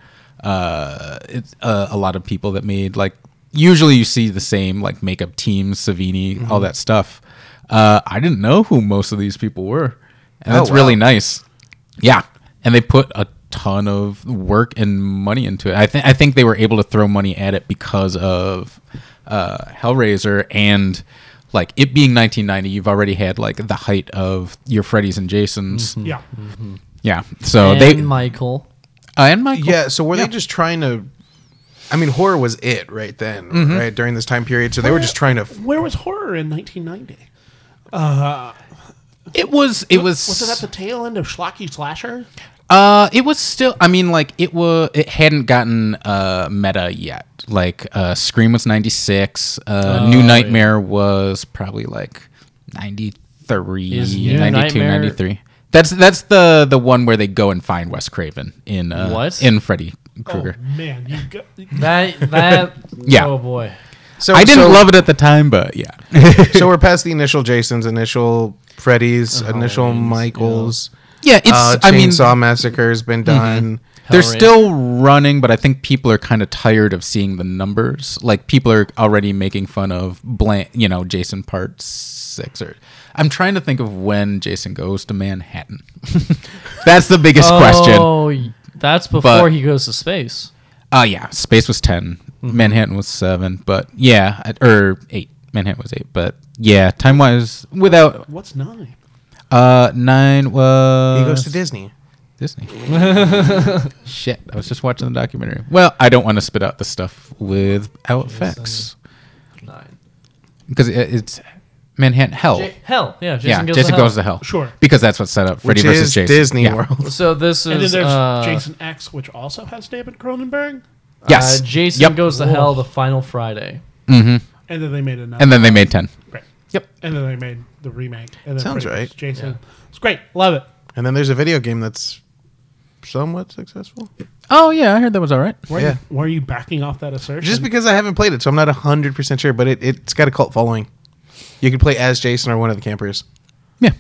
[SPEAKER 1] Uh, it's uh, a lot of people that made like usually you see the same like makeup teams, Savini, all
[SPEAKER 4] Mm-hmm.
[SPEAKER 1] that stuff. Uh, I didn't know who most of these people were, and
[SPEAKER 4] Oh,
[SPEAKER 1] that's really
[SPEAKER 4] wow.
[SPEAKER 1] nice. Yeah, and they put a ton of work and money into it. I think I think they were able to throw money at it because of uh, Hellraiser and like it being 1990, you've already had like the height of your Freddy's and Jasons.
[SPEAKER 2] Yeah.
[SPEAKER 1] Yeah. So
[SPEAKER 3] and
[SPEAKER 1] Oh, they
[SPEAKER 3] Michael.
[SPEAKER 1] uh, and Michael.
[SPEAKER 4] Yeah, so were
[SPEAKER 1] Yeah.
[SPEAKER 4] they just trying to? I mean, horror was it right then, right during this time period. So they were just trying to.
[SPEAKER 2] Where was horror in 1990?
[SPEAKER 1] It was. It was.
[SPEAKER 2] Was it at the tail end of Schlocky Slasher?
[SPEAKER 1] Uh, it was still. I mean, like it was. It hadn't gotten uh meta yet. Like uh, Scream was ninety six. Uh,
[SPEAKER 3] Oh,
[SPEAKER 1] New Nightmare was probably like 93,
[SPEAKER 3] Is New
[SPEAKER 1] 92,
[SPEAKER 3] Nightmare-
[SPEAKER 1] 93. That's that's the the one where they go and find Wes Craven in uh,
[SPEAKER 3] What?
[SPEAKER 1] in Freddy Krueger.
[SPEAKER 2] Oh man, you go,
[SPEAKER 3] That that.
[SPEAKER 1] [laughs] Yeah.
[SPEAKER 3] Oh boy.
[SPEAKER 4] So
[SPEAKER 1] I didn't
[SPEAKER 4] so- Uh,
[SPEAKER 1] love it at the time, but yeah.
[SPEAKER 4] so we're past the initial Jasons, initial Freddy's, initial Michaels.
[SPEAKER 1] yeah, it's.
[SPEAKER 4] Uh,
[SPEAKER 1] I mean,
[SPEAKER 4] Chainsaw Massacre has been done.
[SPEAKER 1] They're
[SPEAKER 3] Hellraiser.
[SPEAKER 1] still running, but I think people are kind of tired of seeing the numbers. Like people are already making fun of blank, you know, Jason Part Six or. I'm trying to think of when Jason goes to Manhattan. [laughs] That's the biggest question.
[SPEAKER 3] Oh, y- that's before
[SPEAKER 1] But-
[SPEAKER 3] he goes to space.
[SPEAKER 1] Oh yeah, space was 10
[SPEAKER 4] Mm-hmm.
[SPEAKER 1] Manhattan was seven, but yeah, I- or eight. Manhattan was eight, but yeah, time wise, without
[SPEAKER 2] what's nine?
[SPEAKER 1] uh nine was
[SPEAKER 4] He goes to Disney.
[SPEAKER 1] Disney. [laughs] Shit, I was just watching the documentary. Well, I don't want to spit out the stuff without facts
[SPEAKER 3] Nine.
[SPEAKER 1] because it, it's Manhattan Hell.
[SPEAKER 3] J- hell, yeah. Jason,
[SPEAKER 1] yeah,
[SPEAKER 3] goes,
[SPEAKER 1] Jason
[SPEAKER 3] to
[SPEAKER 1] goes to Hell.
[SPEAKER 2] Sure.
[SPEAKER 1] because that's what set up Freddy
[SPEAKER 4] Which
[SPEAKER 1] versus
[SPEAKER 4] is
[SPEAKER 1] Jason.
[SPEAKER 4] Disney
[SPEAKER 1] yeah.
[SPEAKER 4] World.
[SPEAKER 3] So this
[SPEAKER 2] And then
[SPEAKER 3] is
[SPEAKER 2] there's
[SPEAKER 3] uh,
[SPEAKER 2] Jason X, which also has David Cronenberg.
[SPEAKER 1] Yes.
[SPEAKER 3] Uh, Jason
[SPEAKER 1] Yep.
[SPEAKER 3] goes to hell the final Friday.
[SPEAKER 2] And then they made another.
[SPEAKER 1] And then they made ten.
[SPEAKER 2] great.
[SPEAKER 1] Yep.
[SPEAKER 2] And then they made the remake. And then
[SPEAKER 4] Sounds
[SPEAKER 2] Freddy
[SPEAKER 4] right.
[SPEAKER 2] vs. Jason, it's great. Love it.
[SPEAKER 4] [laughs] And then there's a video game that's somewhat successful.
[SPEAKER 1] Oh yeah, I heard that was all right.
[SPEAKER 2] Why, are
[SPEAKER 4] Yeah.
[SPEAKER 2] you, why are you backing off that assertion?
[SPEAKER 4] Just because I haven't played it, so I'm not 100% sure, but it, it's got a cult following. You can play as Jason or one of the campers.
[SPEAKER 1] Yeah.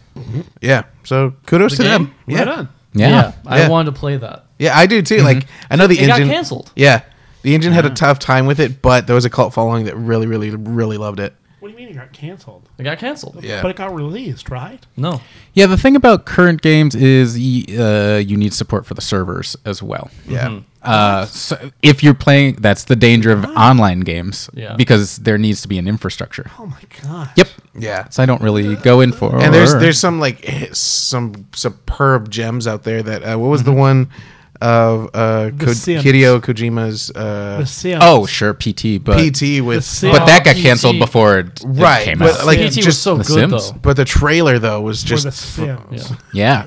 [SPEAKER 4] Yeah. So kudos
[SPEAKER 3] The
[SPEAKER 4] to
[SPEAKER 3] game?
[SPEAKER 4] them.
[SPEAKER 2] Right
[SPEAKER 4] Yeah.
[SPEAKER 2] on.
[SPEAKER 1] Yeah.
[SPEAKER 3] I
[SPEAKER 4] Yeah.
[SPEAKER 3] wanted to play that.
[SPEAKER 4] Yeah, I do too. Like
[SPEAKER 2] Mm-hmm.
[SPEAKER 4] I know the
[SPEAKER 3] It got
[SPEAKER 4] engine
[SPEAKER 3] canceled.
[SPEAKER 4] Yeah, the engine had a tough time with it, but there was a cult following that really, really, really loved it.
[SPEAKER 2] What do you mean it got canceled?
[SPEAKER 3] It got canceled.
[SPEAKER 4] Yeah.
[SPEAKER 2] But it got released, right?
[SPEAKER 3] No.
[SPEAKER 1] Yeah, the thing about current games is y- uh, you need support for the servers as well.
[SPEAKER 4] Yeah,
[SPEAKER 2] Mm-hmm.
[SPEAKER 1] Uh, so if you're playing, that's the danger of online games
[SPEAKER 3] Yeah.
[SPEAKER 1] because there needs to be an infrastructure.
[SPEAKER 2] Oh my god.
[SPEAKER 1] Yep.
[SPEAKER 4] yeah.
[SPEAKER 1] So I don't really go in for.
[SPEAKER 4] And there's
[SPEAKER 1] or-
[SPEAKER 4] there's some like eh, some superb gems out there. That uh, what was the one of uh, Ko-
[SPEAKER 2] Mm-hmm. Sims.
[SPEAKER 4] Hideo Kojima's
[SPEAKER 2] The
[SPEAKER 4] uh,
[SPEAKER 2] Sims.
[SPEAKER 1] Oh, sure, PT, but
[SPEAKER 4] PT with
[SPEAKER 2] Sims.
[SPEAKER 1] but that got
[SPEAKER 3] PT.
[SPEAKER 1] canceled before it, it
[SPEAKER 4] Right,
[SPEAKER 1] came
[SPEAKER 4] but,
[SPEAKER 1] out.
[SPEAKER 4] Like,
[SPEAKER 3] PT was
[SPEAKER 4] just
[SPEAKER 3] so
[SPEAKER 1] The
[SPEAKER 3] good
[SPEAKER 1] Sims?
[SPEAKER 3] though.
[SPEAKER 4] but the trailer though was
[SPEAKER 2] For
[SPEAKER 4] just
[SPEAKER 2] the Sims.
[SPEAKER 3] Yeah.
[SPEAKER 1] yeah,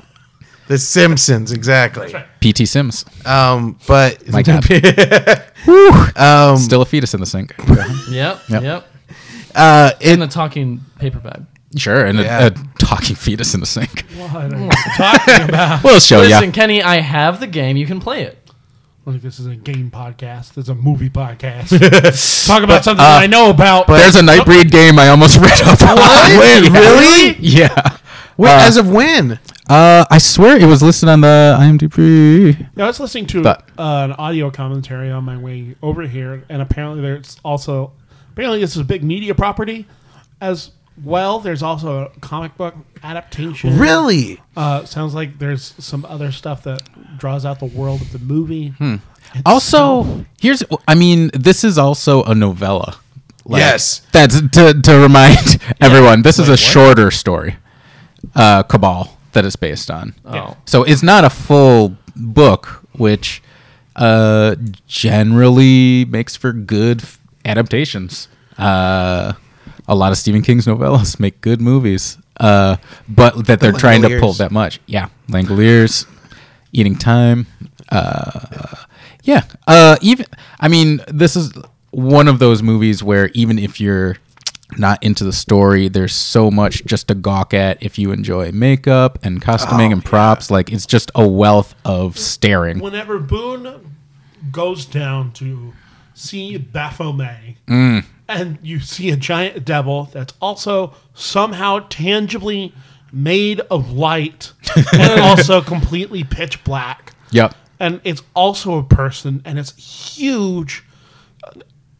[SPEAKER 4] the Simpsons exactly.
[SPEAKER 1] PT Sims.
[SPEAKER 4] Um, but [laughs]
[SPEAKER 1] My God,
[SPEAKER 4] um,
[SPEAKER 1] still a fetus in the
[SPEAKER 4] [laughs]
[SPEAKER 1] sink.
[SPEAKER 3] Yep. Yep.
[SPEAKER 1] [laughs] Yep.
[SPEAKER 4] uh,
[SPEAKER 3] And
[SPEAKER 4] it,
[SPEAKER 3] the talking paper bag.
[SPEAKER 1] Sure, and
[SPEAKER 4] Yeah.
[SPEAKER 1] a, a talking fetus in the sink.
[SPEAKER 2] What are you talking about? [laughs]
[SPEAKER 1] We'll show
[SPEAKER 3] Listen,
[SPEAKER 1] ya.
[SPEAKER 3] Kenny, I have the game. You can play it.
[SPEAKER 2] Look, this is a game podcast. This is a movie podcast.
[SPEAKER 4] [laughs]
[SPEAKER 2] Talk about something
[SPEAKER 1] Uh,
[SPEAKER 2] that I know about.
[SPEAKER 1] There's a Nightbreed game I almost [laughs] read off.
[SPEAKER 4] Wait,
[SPEAKER 1] Yeah.
[SPEAKER 4] really?
[SPEAKER 1] [laughs] Yeah.
[SPEAKER 4] Wait,
[SPEAKER 1] Uh,
[SPEAKER 4] as of when?
[SPEAKER 1] Uh, I swear it was listed on the IMDb.
[SPEAKER 2] I was listening to
[SPEAKER 1] But-
[SPEAKER 2] uh, an audio commentary on my way over here, and apparently there's also apparently this is a big media property as well. There's also a comic book adaptation.
[SPEAKER 4] Really?
[SPEAKER 2] Uh, sounds like there's some other stuff that draws out the world of the movie. It's
[SPEAKER 1] Also, here's I mean, this is also a novella. Like,
[SPEAKER 4] Yes.
[SPEAKER 1] That's to, to
[SPEAKER 4] [laughs]
[SPEAKER 1] remind everyone, this is a shorter story. Uh Cabal that it's based on.
[SPEAKER 2] Yeah.
[SPEAKER 3] Oh.
[SPEAKER 1] So it's not a full book, which uh generally makes for good f- adaptations. Uh a lot of Stephen King's novellas [laughs] make good movies. Uh but that they're trying to pull
[SPEAKER 4] Langoliers.
[SPEAKER 1] that much. Yeah. Langoliers, eating time. Yeah. Uh, even I mean, this is one of those movies where even if you're not into the story, there's so much just to gawk at. If you enjoy makeup and costuming and props, like it's just a wealth of staring.
[SPEAKER 2] whenever Boone goes down to see Baphomet, and you see a giant devil that's also somehow tangibly made of light and also completely pitch black,
[SPEAKER 1] Yep.
[SPEAKER 2] and it's also a person and it's huge.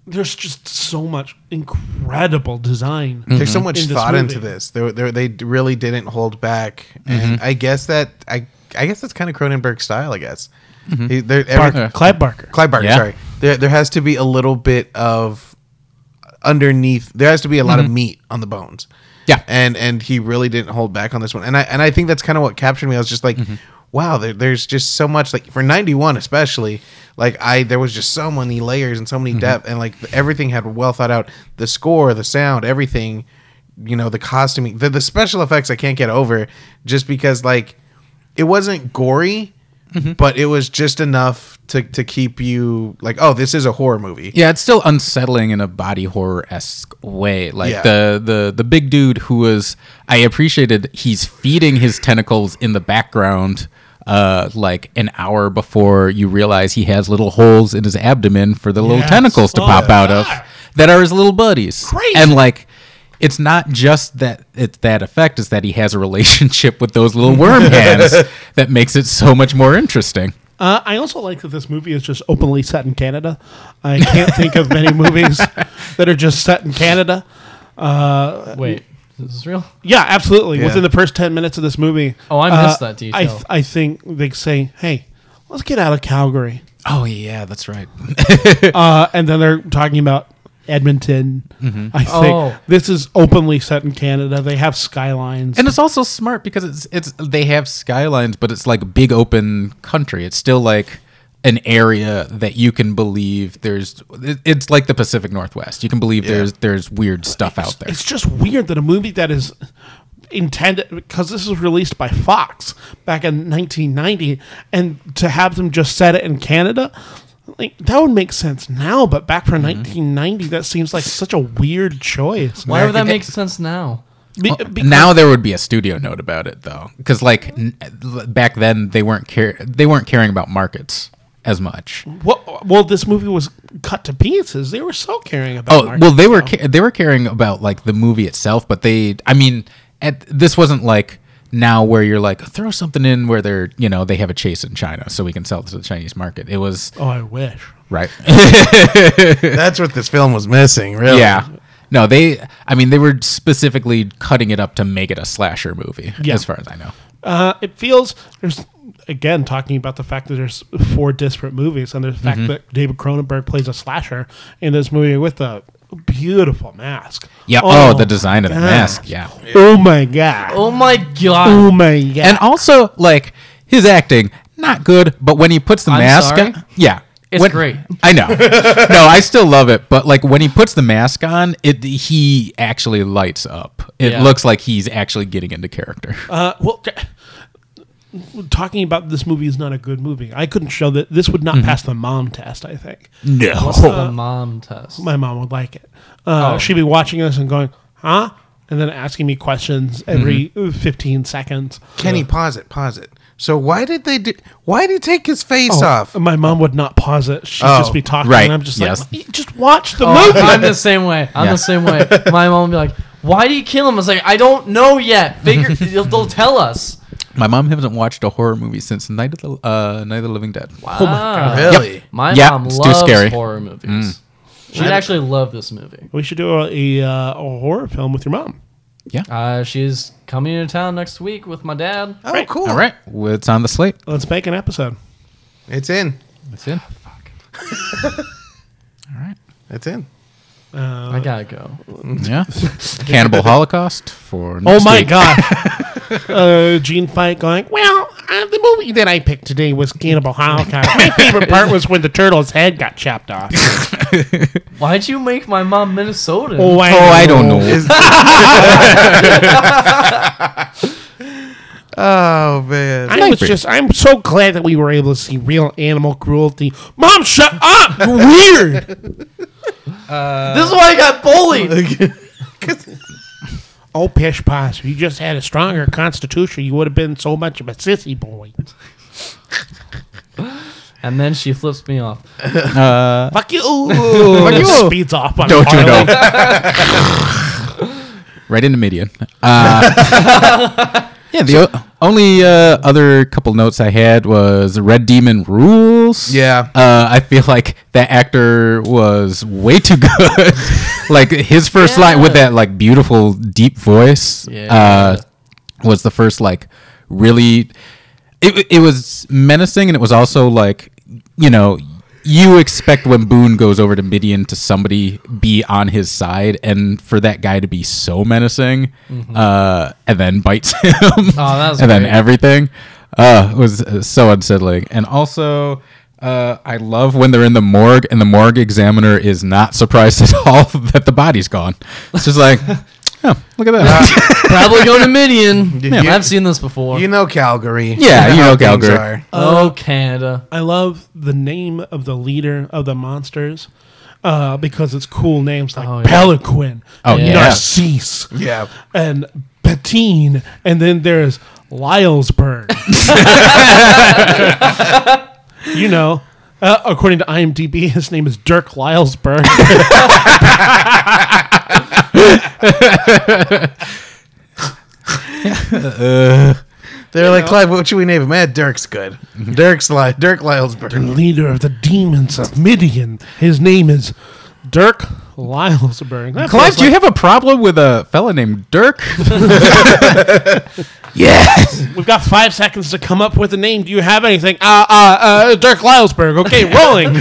[SPEAKER 2] There's just so much incredible design.
[SPEAKER 4] There's so much
[SPEAKER 2] in this
[SPEAKER 4] thought
[SPEAKER 2] movie.
[SPEAKER 4] into this. They, they, they d- really didn't hold back, and I guess that I I guess that's kind of Cronenberg style. I guess. He- there- every-
[SPEAKER 2] Barker, Clive Barker.
[SPEAKER 4] Clive Barker.
[SPEAKER 1] Yeah.
[SPEAKER 4] Sorry, there there has to be a little bit of underneath. There has to be a lot of meat on the bones.
[SPEAKER 1] Yeah.
[SPEAKER 4] and and he really didn't hold back on this one. And I and I think that's kind of what captured me. I was just like, wow, there, there's just so much like for '91 especially. Like I, there was just so many layers and so many depth, and like everything had well thought out. The score, the sound, everything. You know, the costuming, the, the special effects. I can't get over just because like it wasn't gory. But it was just enough to, to keep you like, oh, this is a horror movie.
[SPEAKER 1] Yeah, it's still unsettling in a body horror esque way. Like
[SPEAKER 4] Yeah.
[SPEAKER 1] the the the big dude who was I appreciated he's feeding his tentacles in the background uh like an hour before you realize he has little holes in his abdomen for the little
[SPEAKER 2] Yes.
[SPEAKER 1] tentacles to
[SPEAKER 2] Oh,
[SPEAKER 1] pop out of
[SPEAKER 2] God.
[SPEAKER 1] that are his little buddies.
[SPEAKER 2] Crazy.
[SPEAKER 1] And like it's not just that it's that effect is that he has a relationship with those little [laughs] worm hands that makes it so much more interesting.
[SPEAKER 2] Uh, I also like that this movie is just openly set in Canada. I can't think of many movies that are just set in Canada.
[SPEAKER 3] Wait, is this real?
[SPEAKER 2] Uh, Yeah, absolutely.
[SPEAKER 4] Yeah.
[SPEAKER 2] Within the first 10 minutes of this movie. uh,
[SPEAKER 3] Oh, I missed that
[SPEAKER 2] I,
[SPEAKER 3] detail.
[SPEAKER 2] th- I think they say, hey, let's get out of Calgary.
[SPEAKER 1] Oh yeah, that's right.
[SPEAKER 2] Uh, and then they're talking about Edmonton. I think
[SPEAKER 3] Oh.
[SPEAKER 2] this is openly set in Canada. They have skylines.
[SPEAKER 1] And it's also smart because it's it's they have skylines, but it's like big open country. It's still like an area that you can believe there's. it- It's like the Pacific Northwest. You can believe there's there's weird stuff out there.
[SPEAKER 2] it's just weird that a movie that is intended because this was released by Fox back in 1990 and to have them just set it in Canada like that would make sense now but back for
[SPEAKER 1] Mm-hmm.
[SPEAKER 2] 1990 that seems like such a weird choice
[SPEAKER 3] Why would that make sense now?
[SPEAKER 2] Be- because-
[SPEAKER 1] Now there would be a studio note about it though, because like n- back then they weren't care they weren't caring about markets as much.
[SPEAKER 2] well, well this movie was cut to pieces they were so caring about
[SPEAKER 1] Oh
[SPEAKER 2] market.
[SPEAKER 1] well, they were ca- they were caring about like the movie itself, but they I mean, at this wasn't like now where you're like throw something in where they're you know they have a chase in China so we can sell it to the Chinese market. It was
[SPEAKER 2] oh I wish
[SPEAKER 1] right,
[SPEAKER 4] That's what this film was missing, really.
[SPEAKER 1] yeah. [laughs] No, they. I mean, they were specifically cutting it up to make it a slasher movie,
[SPEAKER 2] Yeah.
[SPEAKER 1] as far as I know.
[SPEAKER 2] Uh, it feels there's again talking about the fact that there's four disparate movies and the fact
[SPEAKER 1] Mm-hmm.
[SPEAKER 2] that David Cronenberg plays a slasher in this movie with a beautiful mask.
[SPEAKER 1] Yeah. Oh, the design of the mask. Yeah.
[SPEAKER 2] Oh my god. Oh,
[SPEAKER 3] Oh my god!
[SPEAKER 2] my god.
[SPEAKER 1] And also, like his acting, not good. But when he puts the
[SPEAKER 3] I'm
[SPEAKER 1] mask
[SPEAKER 3] sorry?
[SPEAKER 1] on, yeah,
[SPEAKER 3] It's
[SPEAKER 1] When-
[SPEAKER 3] great.
[SPEAKER 1] I know. no, I still love it. But like when he puts the mask on, it he actually lights up. It
[SPEAKER 3] Yeah.
[SPEAKER 1] looks like he's actually getting into character.
[SPEAKER 2] Uh, well, t- talking about this movie is not a good movie. I couldn't show that this would
[SPEAKER 1] Mm-hmm.
[SPEAKER 2] not pass the mom test. I think
[SPEAKER 1] no.
[SPEAKER 3] What's the mom test?
[SPEAKER 2] my mom would like it. Uh,
[SPEAKER 3] Oh.
[SPEAKER 2] She'd be watching this and going, "Huh," and then asking me questions every
[SPEAKER 1] Mm-hmm.
[SPEAKER 2] fifteen seconds.
[SPEAKER 4] Kenny, pause it, pause it. So why did they do? Why did he take his face
[SPEAKER 2] Oh,
[SPEAKER 4] off?
[SPEAKER 2] My mom would not pause it. She'd
[SPEAKER 4] Oh,
[SPEAKER 2] just be talking.
[SPEAKER 1] right,
[SPEAKER 2] And I'm just
[SPEAKER 1] yes.
[SPEAKER 2] like, "Y- just watch the
[SPEAKER 3] Oh,
[SPEAKER 2] movie.
[SPEAKER 3] I'm the same way. I'm
[SPEAKER 1] Yeah.
[SPEAKER 3] the same way. My mom would be like, "Why do you kill him?" I was like, "I don't know yet. Figure they'll, they'll tell us."
[SPEAKER 1] [laughs] My mom hasn't watched a horror movie since Night of the uh, Night of the Living Dead. Wow.
[SPEAKER 3] Ah.
[SPEAKER 4] Really?
[SPEAKER 3] My
[SPEAKER 1] Yeah,
[SPEAKER 3] mom
[SPEAKER 1] it's too
[SPEAKER 3] loves
[SPEAKER 1] scary. Mm.
[SPEAKER 3] horror movies. She'd actually love this movie.
[SPEAKER 2] We should do a, a, uh, a horror film with your mom.
[SPEAKER 3] Uh, she's coming into town next week with my dad.
[SPEAKER 4] Oh,
[SPEAKER 2] Right.
[SPEAKER 4] cool.
[SPEAKER 1] All right, well, it's on the slate.
[SPEAKER 2] Let's make an episode.
[SPEAKER 4] it's in.
[SPEAKER 1] That's it. All right.
[SPEAKER 4] It's in.
[SPEAKER 3] I gotta go.
[SPEAKER 1] Yeah. Cannibal Holocaust for.
[SPEAKER 2] Oh
[SPEAKER 1] Next
[SPEAKER 2] my
[SPEAKER 1] week.
[SPEAKER 2] god! [laughs] uh, Gene Fight going. Well, uh, the movie that I picked today was Cannibal Holocaust. My favorite part was when the turtle's head got chopped off.
[SPEAKER 3] Why'd you make my mom Minnesota?
[SPEAKER 2] I,
[SPEAKER 1] Oh, I don't know.
[SPEAKER 4] Oh man.
[SPEAKER 2] I was just. I'm so glad that we were able to see real animal cruelty. Mom, shut up! You're weird.
[SPEAKER 3] this is why I got bullied.
[SPEAKER 2] Oh, pish posh. If you just had a stronger constitution, you would have been so much of a sissy boy.
[SPEAKER 3] and then she flips me off.
[SPEAKER 2] Fuck you. [laughs] Fuck
[SPEAKER 1] you.
[SPEAKER 2] Speeds off on
[SPEAKER 1] Don't you
[SPEAKER 2] Harley.
[SPEAKER 1] know? right into Midian. Uh, [laughs] yeah, the o- only uh, other couple notes I had was Red Demon Rules.
[SPEAKER 4] Yeah.
[SPEAKER 1] Uh, I feel like that actor was way too good. [laughs] like his first line with
[SPEAKER 3] Yeah.
[SPEAKER 1] that like beautiful deep voice uh, was the first like really it, it was menacing and it was also like you know you expect when Boone goes over to Midian to somebody be on his side, and for that guy to be so menacing, uh, and then
[SPEAKER 3] [laughs]
[SPEAKER 1] bites him,
[SPEAKER 3] Mm-hmm. Oh, that was
[SPEAKER 1] [laughs] and then
[SPEAKER 3] great.
[SPEAKER 1] everything uh, was uh, so unsettling. And also, uh, I love when they're in the morgue, and the morgue examiner is not surprised at [laughs] all that the body's gone. It's
[SPEAKER 3] [laughs]
[SPEAKER 1] just like, oh, look at that.
[SPEAKER 3] Probably going to Midian.
[SPEAKER 4] you-
[SPEAKER 3] I've seen this before.
[SPEAKER 4] You know Calgary.
[SPEAKER 1] Yeah, you know
[SPEAKER 4] [laughs] how things
[SPEAKER 1] Calgary.
[SPEAKER 4] are.
[SPEAKER 3] oh, Canada.
[SPEAKER 2] I love the name of the leader of the monsters uh, because it's cool names like
[SPEAKER 3] Oh, yeah.
[SPEAKER 2] Peliquin,
[SPEAKER 1] Oh,
[SPEAKER 2] and
[SPEAKER 1] yeah.
[SPEAKER 2] Narcisse,
[SPEAKER 4] Yeah.
[SPEAKER 2] and Patine, and then there's
[SPEAKER 1] [laughs]
[SPEAKER 2] Lylesburg. [laughs] you know, uh, according to IMDb, his name is
[SPEAKER 1] [laughs]
[SPEAKER 2] Dirk Lylesburg.
[SPEAKER 4] They're like, Clive, what should we name him? Eh, Dirk's good. Dirk's Ly- Dirk Lylesburg.
[SPEAKER 2] Leader of the demons of Midian. His name is Dirk
[SPEAKER 3] [laughs]
[SPEAKER 2] Lylesburg. That
[SPEAKER 1] Clive,
[SPEAKER 2] feels
[SPEAKER 1] do you have a problem with a fella named Dirk?
[SPEAKER 2] We've got five seconds to come up with a name. Do you have anything? Uh, uh, uh, Dirk Lylesberg. Okay, rolling.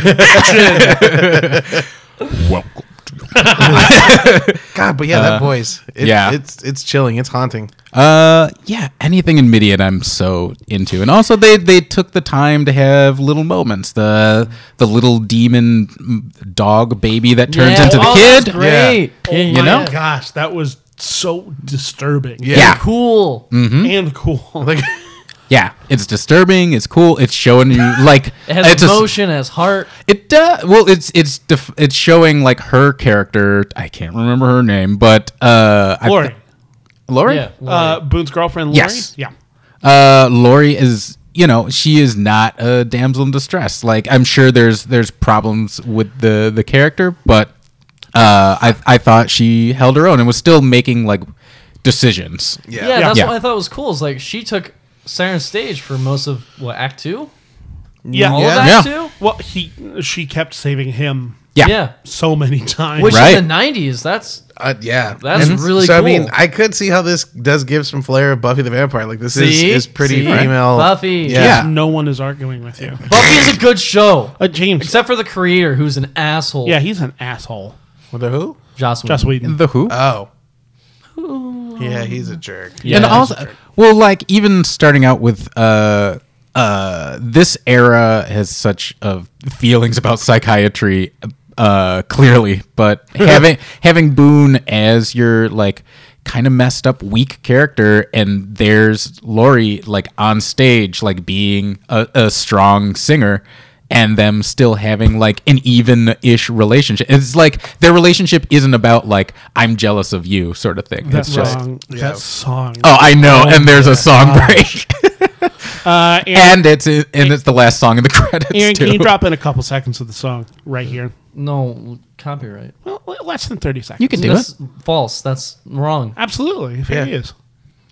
[SPEAKER 4] God, but yeah, that voice. It,
[SPEAKER 1] yeah.
[SPEAKER 4] It's it's chilling. It's haunting.
[SPEAKER 1] Uh, yeah, anything in Midian I'm so into, and also they they took the time to have little moments. The the little demon mm, dog baby that turns
[SPEAKER 3] Yeah.
[SPEAKER 1] into the
[SPEAKER 3] Oh,
[SPEAKER 1] kid.
[SPEAKER 3] that's Great. Yeah,
[SPEAKER 2] oh
[SPEAKER 3] you
[SPEAKER 2] my
[SPEAKER 1] know?
[SPEAKER 2] gosh, that was so disturbing.
[SPEAKER 1] Yeah.
[SPEAKER 3] Cool.
[SPEAKER 1] Mm,
[SPEAKER 2] and cool.
[SPEAKER 4] Like,
[SPEAKER 1] Yeah, it's disturbing. It's cool. It's showing
[SPEAKER 3] [laughs]
[SPEAKER 1] you like
[SPEAKER 3] It has
[SPEAKER 1] it's a s-
[SPEAKER 3] emotion, it has heart.
[SPEAKER 1] It does. Well, it's it's def- it's showing like her character. I can't remember her name, but uh, I-
[SPEAKER 2] Lori,
[SPEAKER 1] Lori.
[SPEAKER 3] Yeah.
[SPEAKER 2] uh, Boone's girlfriend. Lori.
[SPEAKER 1] Yes.
[SPEAKER 2] Yeah.
[SPEAKER 1] uh Lori is you know she is not a damsel in distress like I'm sure there's there's problems with the the character but uh I I thought she held her own and was still making like decisions
[SPEAKER 3] yeah,
[SPEAKER 4] yeah.
[SPEAKER 3] that's
[SPEAKER 1] Yeah.
[SPEAKER 3] what I thought was cool. Is like she took Siren's stage for most of what Act Two,
[SPEAKER 2] Yeah.
[SPEAKER 3] all
[SPEAKER 4] Yeah.
[SPEAKER 3] of Act
[SPEAKER 1] Yeah.
[SPEAKER 3] Two.
[SPEAKER 2] Well, he she kept saving him
[SPEAKER 1] yeah
[SPEAKER 3] Yeah,
[SPEAKER 2] so many times.
[SPEAKER 3] which
[SPEAKER 1] Right.
[SPEAKER 3] in the '90s, that's
[SPEAKER 4] Uh, yeah.
[SPEAKER 3] That's really
[SPEAKER 4] so,
[SPEAKER 3] cool.
[SPEAKER 4] I mean, I could see how this does give some flair of Buffy the Vampire. Like, this
[SPEAKER 3] See?
[SPEAKER 4] is, is pretty
[SPEAKER 3] See?
[SPEAKER 4] female.
[SPEAKER 3] Buffy.
[SPEAKER 4] Yeah.
[SPEAKER 1] Yeah.
[SPEAKER 2] no one is arguing with you.
[SPEAKER 3] Buffy is a good show,
[SPEAKER 2] Uh, James.
[SPEAKER 3] except for the creator, who's an asshole.
[SPEAKER 2] yeah, he's an asshole.
[SPEAKER 4] With the who?
[SPEAKER 3] Joss Whedon.
[SPEAKER 2] Joss Whedon.
[SPEAKER 1] the who
[SPEAKER 4] Oh. Yeah, he's a jerk.
[SPEAKER 3] Yeah,
[SPEAKER 1] and
[SPEAKER 3] that's
[SPEAKER 1] also well like even starting out with uh uh this era has such uh, feelings about psychiatry uh clearly but having having boone as your like kind of messed up weak character and there's Lori like on stage like being a, a strong singer and them still having like an even-ish relationship it's like their relationship isn't about like i'm jealous of you sort of thing
[SPEAKER 2] That
[SPEAKER 1] it's just
[SPEAKER 2] song. That song.
[SPEAKER 1] Oh, I know. and there's a song break, [laughs]
[SPEAKER 2] Uh, Aaron,
[SPEAKER 1] and it's and it's the last song in the [laughs] credits
[SPEAKER 2] Aaron,
[SPEAKER 1] too.
[SPEAKER 2] can you drop in a couple seconds of the song right here?
[SPEAKER 3] No copyright.
[SPEAKER 2] Well, l- less than 30 seconds.
[SPEAKER 1] You can do
[SPEAKER 3] that's
[SPEAKER 1] it.
[SPEAKER 3] false. That's wrong.
[SPEAKER 2] Absolutely. If it
[SPEAKER 4] Yeah.
[SPEAKER 2] is.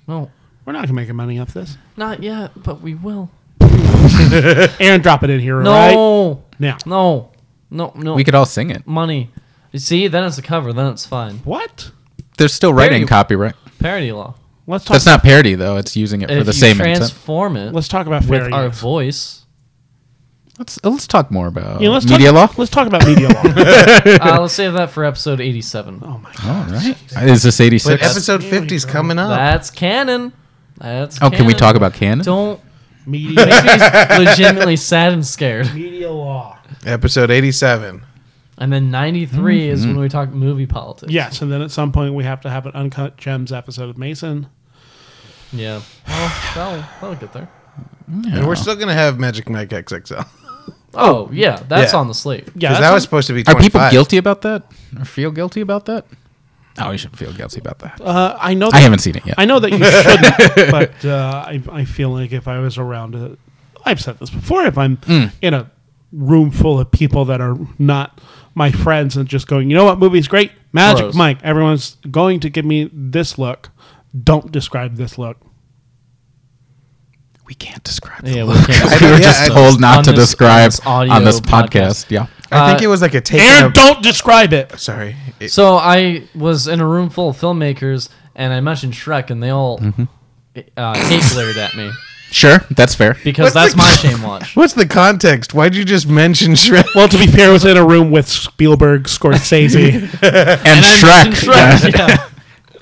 [SPEAKER 3] No,
[SPEAKER 2] We're not going to make money off this.
[SPEAKER 3] not yet, but we will.
[SPEAKER 2] Aaron, drop it in here right
[SPEAKER 3] No,
[SPEAKER 2] now.
[SPEAKER 3] no, no, no.
[SPEAKER 1] We could all sing it.
[SPEAKER 3] money. You see, then it's a cover. Then it's fine.
[SPEAKER 2] What?
[SPEAKER 1] They're still writing
[SPEAKER 3] you-
[SPEAKER 1] copyright.
[SPEAKER 3] Parody law.
[SPEAKER 2] Let's talk,
[SPEAKER 1] That's not parody though. It's using it for
[SPEAKER 3] if
[SPEAKER 1] the
[SPEAKER 3] you
[SPEAKER 1] same intent.
[SPEAKER 3] transform it
[SPEAKER 2] let's talk about fair
[SPEAKER 3] with our
[SPEAKER 2] [laughs]
[SPEAKER 1] [laughs]
[SPEAKER 2] use.
[SPEAKER 3] voice,
[SPEAKER 1] Let's uh, let's talk more about
[SPEAKER 2] You know, let's
[SPEAKER 1] media
[SPEAKER 2] talk,
[SPEAKER 1] law.
[SPEAKER 2] Let's talk about media law.
[SPEAKER 1] [laughs]
[SPEAKER 3] uh, let's save that for episode eighty-seven.
[SPEAKER 2] Oh, my God.
[SPEAKER 1] All right. Is this eighty
[SPEAKER 4] But
[SPEAKER 1] six?
[SPEAKER 4] episode 50's coming up.
[SPEAKER 3] That's canon. That's.
[SPEAKER 1] Oh, can we
[SPEAKER 3] canon.
[SPEAKER 1] talk about canon?
[SPEAKER 3] Don't.
[SPEAKER 2] Media,
[SPEAKER 3] He's
[SPEAKER 1] [laughs]
[SPEAKER 3] legitimately sad and scared.
[SPEAKER 2] media law.
[SPEAKER 4] Episode 87.
[SPEAKER 3] And then 93
[SPEAKER 1] Mm-hmm.
[SPEAKER 3] is when we talk movie politics.
[SPEAKER 2] Yes, and then at some point we have to have an Uncut Gems episode of Mason.
[SPEAKER 3] Yeah. Well, that'll, that'll get there.
[SPEAKER 4] And we're still going to have Magic Mike XXL.
[SPEAKER 3] Oh, yeah. That's
[SPEAKER 4] Yeah.
[SPEAKER 3] on the slate.
[SPEAKER 2] Yeah,
[SPEAKER 4] Because
[SPEAKER 2] that's
[SPEAKER 4] that
[SPEAKER 2] on-
[SPEAKER 4] was supposed to be
[SPEAKER 1] Are people
[SPEAKER 4] 25.
[SPEAKER 1] guilty about that? Or feel guilty about that? Oh, you should feel guilty about that.
[SPEAKER 2] uh, I know. That,
[SPEAKER 1] I haven't seen it yet.
[SPEAKER 2] I know that you [laughs] shouldn't, but uh, I, I feel like if I was around, uh, I've said this before. If I'm in a room full of people that are not my friends and just going, you know what movie's great, Magic
[SPEAKER 3] Bros.
[SPEAKER 2] Mike. Everyone's going to give me this look. Don't describe this look.
[SPEAKER 1] we can't describe.
[SPEAKER 3] Yeah,
[SPEAKER 1] [laughs] Yeah,
[SPEAKER 3] we [laughs]
[SPEAKER 1] we,
[SPEAKER 3] can't.
[SPEAKER 1] were
[SPEAKER 4] Yeah,
[SPEAKER 1] just
[SPEAKER 4] I-
[SPEAKER 1] told not
[SPEAKER 3] on
[SPEAKER 1] to
[SPEAKER 3] this- on
[SPEAKER 1] describe
[SPEAKER 3] this
[SPEAKER 1] on
[SPEAKER 3] audio
[SPEAKER 1] this,
[SPEAKER 3] podcast.
[SPEAKER 1] podcast. Yeah.
[SPEAKER 4] I
[SPEAKER 3] Uh,
[SPEAKER 4] think it was like a take.
[SPEAKER 2] Aaron,
[SPEAKER 4] of-
[SPEAKER 2] don't describe it.
[SPEAKER 4] Sorry. It-
[SPEAKER 3] So I was in a room
[SPEAKER 1] Mm-hmm.
[SPEAKER 3] full of filmmakers and I mentioned Shrek and they all uh, cape glared at me.
[SPEAKER 1] Sure, that's fair.
[SPEAKER 3] because
[SPEAKER 4] What's
[SPEAKER 3] that's my
[SPEAKER 1] [laughs]
[SPEAKER 4] the-
[SPEAKER 3] shame watch.
[SPEAKER 4] What's the context? Why'd you just mention Shrek?
[SPEAKER 2] Well, to be fair, it was in a room with Spielberg, [laughs] Scorsese.
[SPEAKER 1] And,
[SPEAKER 3] I
[SPEAKER 1] Shrek.
[SPEAKER 3] mentioned Shrek,
[SPEAKER 1] Yeah.
[SPEAKER 3] yeah.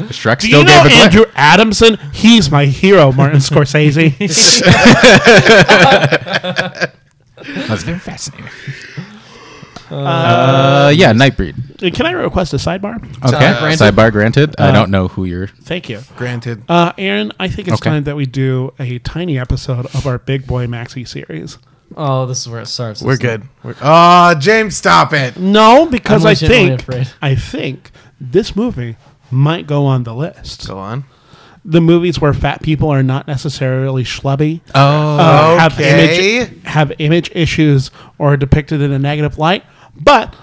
[SPEAKER 1] Shrek
[SPEAKER 2] Do
[SPEAKER 1] still
[SPEAKER 2] you know
[SPEAKER 1] gave a glare.
[SPEAKER 2] Andrew Adamson? He's my hero, Martin Scorsese. [laughs]
[SPEAKER 1] That's very fascinating. Uh, yeah, Nightbreed.
[SPEAKER 2] Can I request a sidebar?
[SPEAKER 1] Okay,
[SPEAKER 4] granted.
[SPEAKER 1] sidebar granted. Uh, I don't know who you're.
[SPEAKER 2] Thank you.
[SPEAKER 4] Granted.
[SPEAKER 2] Uh, Aaron, I think it's
[SPEAKER 1] Okay.
[SPEAKER 2] time that we do a tiny episode of our Big Boy Maxi series.
[SPEAKER 3] [laughs] Oh, this is where it starts.
[SPEAKER 4] We're
[SPEAKER 3] isn't it?
[SPEAKER 4] good. We're, oh, James, stop it.
[SPEAKER 2] No, because
[SPEAKER 3] I'm
[SPEAKER 2] I
[SPEAKER 3] legitimately
[SPEAKER 2] think
[SPEAKER 3] afraid.
[SPEAKER 2] I think this movie might go on the list.
[SPEAKER 4] Go on.
[SPEAKER 2] The movies where fat people are not necessarily schlubby,
[SPEAKER 1] Oh,
[SPEAKER 2] uh,
[SPEAKER 4] okay.
[SPEAKER 2] have image have image issues, or are depicted in a negative light. But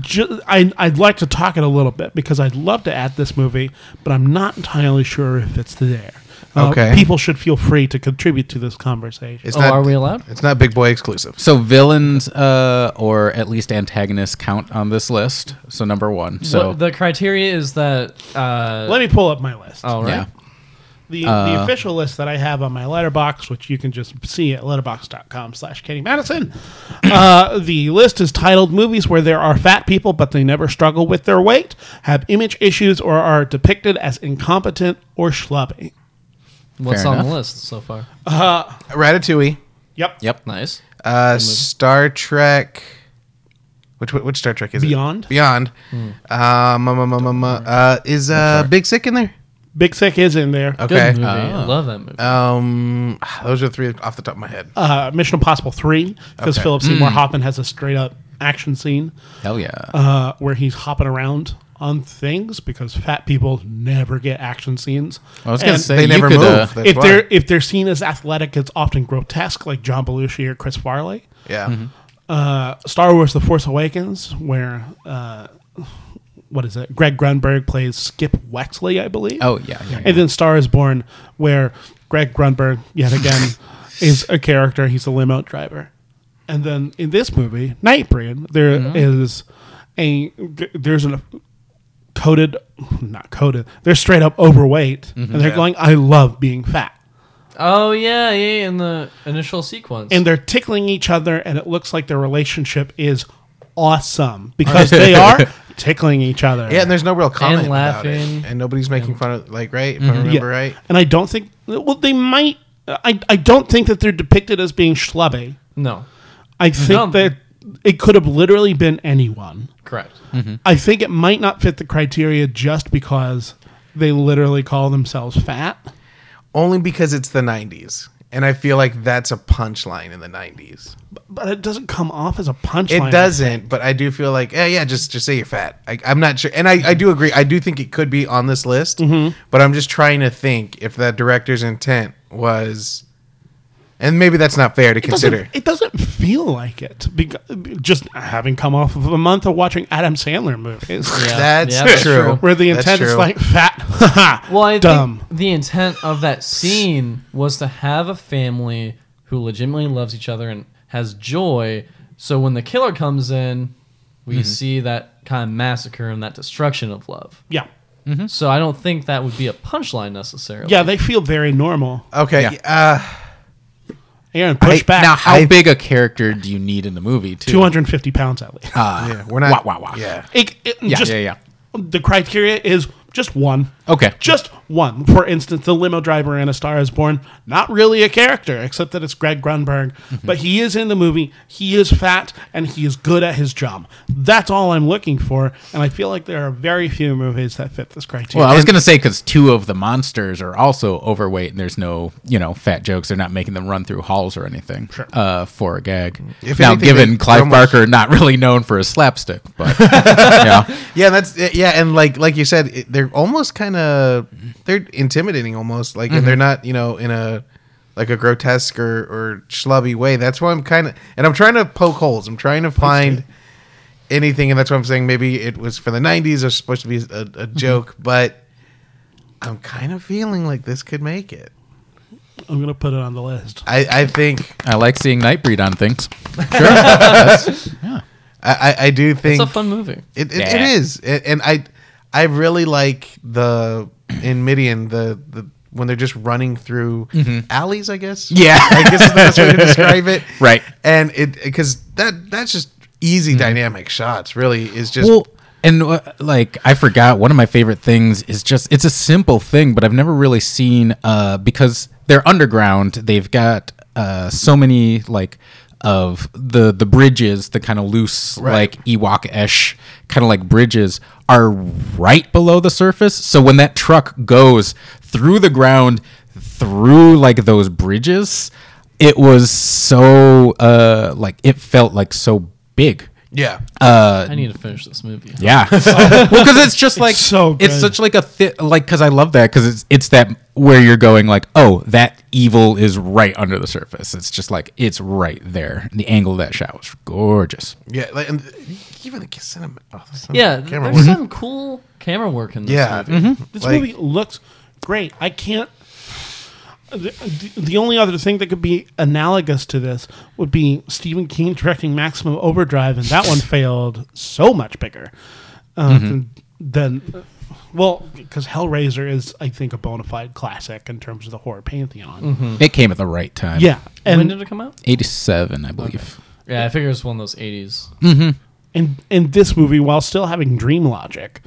[SPEAKER 2] ju- I, I'd like to talk it a little bit because I'd love to add this movie, but I'm not entirely sure if it's there. Uh,
[SPEAKER 4] Okay.
[SPEAKER 2] people should feel free to contribute to this conversation.
[SPEAKER 4] It's
[SPEAKER 3] Oh,
[SPEAKER 4] not,
[SPEAKER 3] are we allowed?
[SPEAKER 4] It's not big boy exclusive.
[SPEAKER 1] so villains uh, or at least antagonists count on this list. So number one. So
[SPEAKER 3] What- the criteria is that. Uh,
[SPEAKER 2] Let me pull up my list.
[SPEAKER 3] oh, right.
[SPEAKER 1] yeah,
[SPEAKER 2] The,
[SPEAKER 1] Uh.
[SPEAKER 2] the official list that I have on my letterbox, which you can just see at letterbox.com slash Katie Madison. uh, the list is titled Movies Where There Are Fat People But They Never Struggle with Their Weight, Have Image Issues, or Are Depicted as Incompetent or Schlubby.
[SPEAKER 3] What's
[SPEAKER 1] Fair
[SPEAKER 3] on the
[SPEAKER 1] enough.
[SPEAKER 3] list so far?
[SPEAKER 4] Ratatouille.
[SPEAKER 2] Yep.
[SPEAKER 1] yep.
[SPEAKER 3] Nice.
[SPEAKER 4] Uh, Star Trek. Which which Star Trek is
[SPEAKER 2] Beyond.
[SPEAKER 4] it? Beyond. Beyond. Um, um, um, um, um, uh, is uh, Big Sick in there?
[SPEAKER 2] Big Sick is in there.
[SPEAKER 3] Good
[SPEAKER 4] Okay.
[SPEAKER 3] movie. I love that movie.
[SPEAKER 4] Um, those are the three off the top of my head.
[SPEAKER 2] Uh, Mission Impossible 3, because
[SPEAKER 4] Okay.
[SPEAKER 2] Philip
[SPEAKER 1] Hmm.
[SPEAKER 2] Seymour Hoffman has a straight up action scene
[SPEAKER 1] Hell yeah.
[SPEAKER 2] uh, where he's hopping around on things because fat people never get action scenes.
[SPEAKER 1] I was gonna
[SPEAKER 2] And-
[SPEAKER 1] say
[SPEAKER 4] they
[SPEAKER 1] you
[SPEAKER 4] never
[SPEAKER 1] could,
[SPEAKER 4] move.
[SPEAKER 1] uh,
[SPEAKER 4] That's
[SPEAKER 2] if
[SPEAKER 4] why.
[SPEAKER 2] they're if they're seen as athletic, it's often grotesque, like John Belushi or Chris Farley.
[SPEAKER 4] yeah.
[SPEAKER 2] Uh, Star Wars: The Force Awakens, where uh, what is it? Greg Grunberg plays Skip Wexley, I believe.
[SPEAKER 1] oh yeah. yeah, yeah.
[SPEAKER 2] and then Star is Born, where Greg Grunberg
[SPEAKER 1] [laughs]
[SPEAKER 2] yet again is a character. He's a limo driver, and then in this movie, Nightbreed, there
[SPEAKER 1] Mm-hmm.
[SPEAKER 2] is a there's an coded, not coded. They're straight up overweight, and
[SPEAKER 1] Mm-hmm.
[SPEAKER 2] they're going, "I love being fat."
[SPEAKER 3] Oh yeah, yeah, in the initial sequence.
[SPEAKER 2] and they're tickling each other, and it looks like their relationship is
[SPEAKER 4] [laughs]
[SPEAKER 2] awesome because they are tickling each other.
[SPEAKER 4] Yeah, and there's no real comment about it.
[SPEAKER 3] laughing.
[SPEAKER 4] and nobody's making fun of like right. If I remember
[SPEAKER 2] Yeah.
[SPEAKER 4] right,
[SPEAKER 2] And I don't think well, they might. I I don't think that they're depicted as being schlubby.
[SPEAKER 3] no,
[SPEAKER 2] I think
[SPEAKER 3] No.
[SPEAKER 2] that it could have literally been anyone.
[SPEAKER 3] correct.
[SPEAKER 1] Hmm.
[SPEAKER 4] Mm-hmm.
[SPEAKER 2] I think it might not fit the criteria just because they literally call themselves fat.
[SPEAKER 4] only because it's the '90s, and I feel like that's a punchline in the '90s.
[SPEAKER 2] But it doesn't come off as a
[SPEAKER 4] It
[SPEAKER 2] punchline.
[SPEAKER 4] doesn't, but I do feel like, yeah, yeah, just just say you're fat. I, I'm not sure, and I, I do agree. I do think it could be on this list, but I'm just trying to think if that director's intent was, and maybe that's not fair to
[SPEAKER 2] doesn't-
[SPEAKER 4] consider.
[SPEAKER 2] It doesn't feel like it. Beca- just having come off of a month of watching Adam Sandler movies,
[SPEAKER 3] Yeah,
[SPEAKER 4] That's,
[SPEAKER 3] yeah, that's
[SPEAKER 4] true.
[SPEAKER 3] true.
[SPEAKER 2] [laughs] where the
[SPEAKER 4] That's
[SPEAKER 2] intent is
[SPEAKER 4] true.
[SPEAKER 2] like fat, [laughs] haha,
[SPEAKER 3] Well, I
[SPEAKER 2] dumb.
[SPEAKER 3] think the intent of that scene was to have a family who legitimately loves each other and has joy. So when the killer comes in, we
[SPEAKER 1] Mm-hmm.
[SPEAKER 3] see that kind of massacre and that destruction of love.
[SPEAKER 2] yeah,
[SPEAKER 3] So I don't think that would be a punchline necessarily.
[SPEAKER 2] yeah, they feel very normal.
[SPEAKER 4] okay. Uh,
[SPEAKER 2] Aaron, push
[SPEAKER 4] I-
[SPEAKER 2] back.
[SPEAKER 1] Now, how big a character do you need in the movie? Too. Ah.
[SPEAKER 2] 250 pounds at least.
[SPEAKER 4] yeah, we're not.
[SPEAKER 1] Wah, wah, wah.
[SPEAKER 4] Yeah.
[SPEAKER 2] It- it-
[SPEAKER 1] Yeah,
[SPEAKER 2] just-
[SPEAKER 1] yeah, yeah.
[SPEAKER 2] The criteria is just one.
[SPEAKER 1] Okay.
[SPEAKER 2] Just one. For instance, the limo driver in A Star is Born, not really a character, except that it's Greg Grunberg,
[SPEAKER 1] Mm-hmm.
[SPEAKER 2] but he is in the movie, he is fat, and he is good at his job. That's all I'm looking for, and I feel like there are very few movies that fit this criteria.
[SPEAKER 1] Well, I was gonna say because two of the monsters are also overweight, and there's no, you know, fat jokes. They're not making them run through halls or anything uh, for a gag.
[SPEAKER 4] If
[SPEAKER 1] now,
[SPEAKER 4] anything,
[SPEAKER 1] given
[SPEAKER 4] they-
[SPEAKER 1] Clive
[SPEAKER 4] they're almost-
[SPEAKER 1] Barker, not really known for his slapstick,
[SPEAKER 4] [laughs]
[SPEAKER 1] but yeah,
[SPEAKER 4] Yeah, that's eh, yeah, and like like you said, it, they're almost kind of they're intimidating almost like,
[SPEAKER 3] Mm-hmm.
[SPEAKER 4] and they're not you know in a like a grotesque or, or schlubby way. That's why I'm kind of and I'm trying to poke holes. I'm trying to find anything, and that's why I'm saying maybe it was for the '90s. It's supposed to be a, a
[SPEAKER 3] Mm-hmm.
[SPEAKER 4] joke, but I'm kind of feeling like this could make it.
[SPEAKER 2] I'm going to put it on the list.
[SPEAKER 4] I, I think
[SPEAKER 1] I like seeing Nightbreed on things.
[SPEAKER 4] I, I, I do
[SPEAKER 3] it's
[SPEAKER 4] think
[SPEAKER 3] a fun movie.
[SPEAKER 4] It, it, it
[SPEAKER 1] Yeah.
[SPEAKER 4] is, A- and I I really like the in Midian the the when they're just running through alleys, I guess.
[SPEAKER 1] Mm-hmm. Yeah.
[SPEAKER 4] I guess is the best way to describe it.
[SPEAKER 1] [laughs] Right. Mm-hmm.
[SPEAKER 4] And it because that that's just easy dynamic shots. Really is just
[SPEAKER 1] well, and uh, like I forgot, one of my favorite things is just it's a simple thing, but I've never really seen uh, because they're underground. They've got uh, so many like of the the bridges, the kind of loose like Ewok esh kind of like bridges are right below the surface. So when that truck goes through the ground, through like those bridges, it was so uh like it felt like so big.
[SPEAKER 4] yeah.
[SPEAKER 1] uh,
[SPEAKER 3] I need to finish this movie.
[SPEAKER 2] [laughs]
[SPEAKER 1] Yeah. [laughs] well, because it's just like
[SPEAKER 2] so
[SPEAKER 1] it's
[SPEAKER 2] good.
[SPEAKER 1] such like a thi- like because I love that because it's it's that where you're going like oh that evil is right under the surface. It's just like it's right there. And the angle of that shot was gorgeous.
[SPEAKER 4] Yeah, like, and even the cinema. Oh, the cinema
[SPEAKER 3] Yeah, th-
[SPEAKER 4] camera
[SPEAKER 3] there's
[SPEAKER 4] work.
[SPEAKER 3] some cool camera work in this
[SPEAKER 4] Yeah, mm-hmm.
[SPEAKER 3] movie.
[SPEAKER 1] Mm-hmm.
[SPEAKER 2] This
[SPEAKER 4] Like-
[SPEAKER 2] movie looks great. I can't. The, the only other thing that could be analogous to this would be Stephen King directing Maximum Overdrive, and that one failed so much bigger uh, than, than- Well, because Hellraiser is, I think, a bona fide classic in terms of the horror pantheon.
[SPEAKER 1] It came at the right time.
[SPEAKER 2] Mm. Yeah,
[SPEAKER 3] when
[SPEAKER 2] and
[SPEAKER 3] did it come out?
[SPEAKER 1] eighty seven, I believe.
[SPEAKER 3] Yeah, I figure it's one of those 80s.
[SPEAKER 2] and and this movie, while still having dream logic,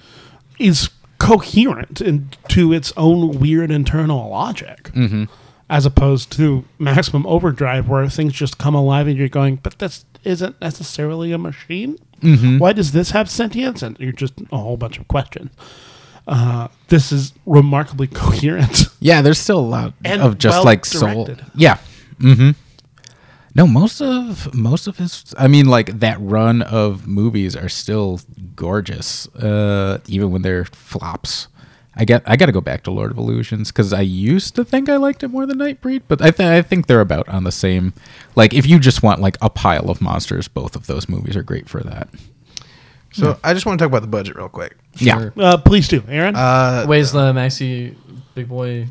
[SPEAKER 2] is coherent and to its own weird internal logic, as opposed to Maximum Overdrive, where things just come alive and you're going, but this isn't necessarily a machine. Why does this have sentience? And you're just a whole bunch of questions. Uh, this is remarkably [laughs] coherent.
[SPEAKER 1] Yeah, there's still a lot
[SPEAKER 2] And
[SPEAKER 1] of just
[SPEAKER 2] well
[SPEAKER 1] like soul.
[SPEAKER 2] directed.
[SPEAKER 1] Yeah. Mm-hmm. No, most of most of his. I mean, like that run of movies are still gorgeous, uh, even when they're flops. I get. I got to go back to Lord of Illusions because I used to think I liked it more than Nightbreed, but I, th- I think they're about on the same. Like, if you just want like a pile of monsters, both of those movies are great for that.
[SPEAKER 4] So I just want to talk about the budget real quick. Uh,
[SPEAKER 1] Yeah.
[SPEAKER 2] Uh, please do, Aaron.
[SPEAKER 3] Ways the Maxi Big Boy.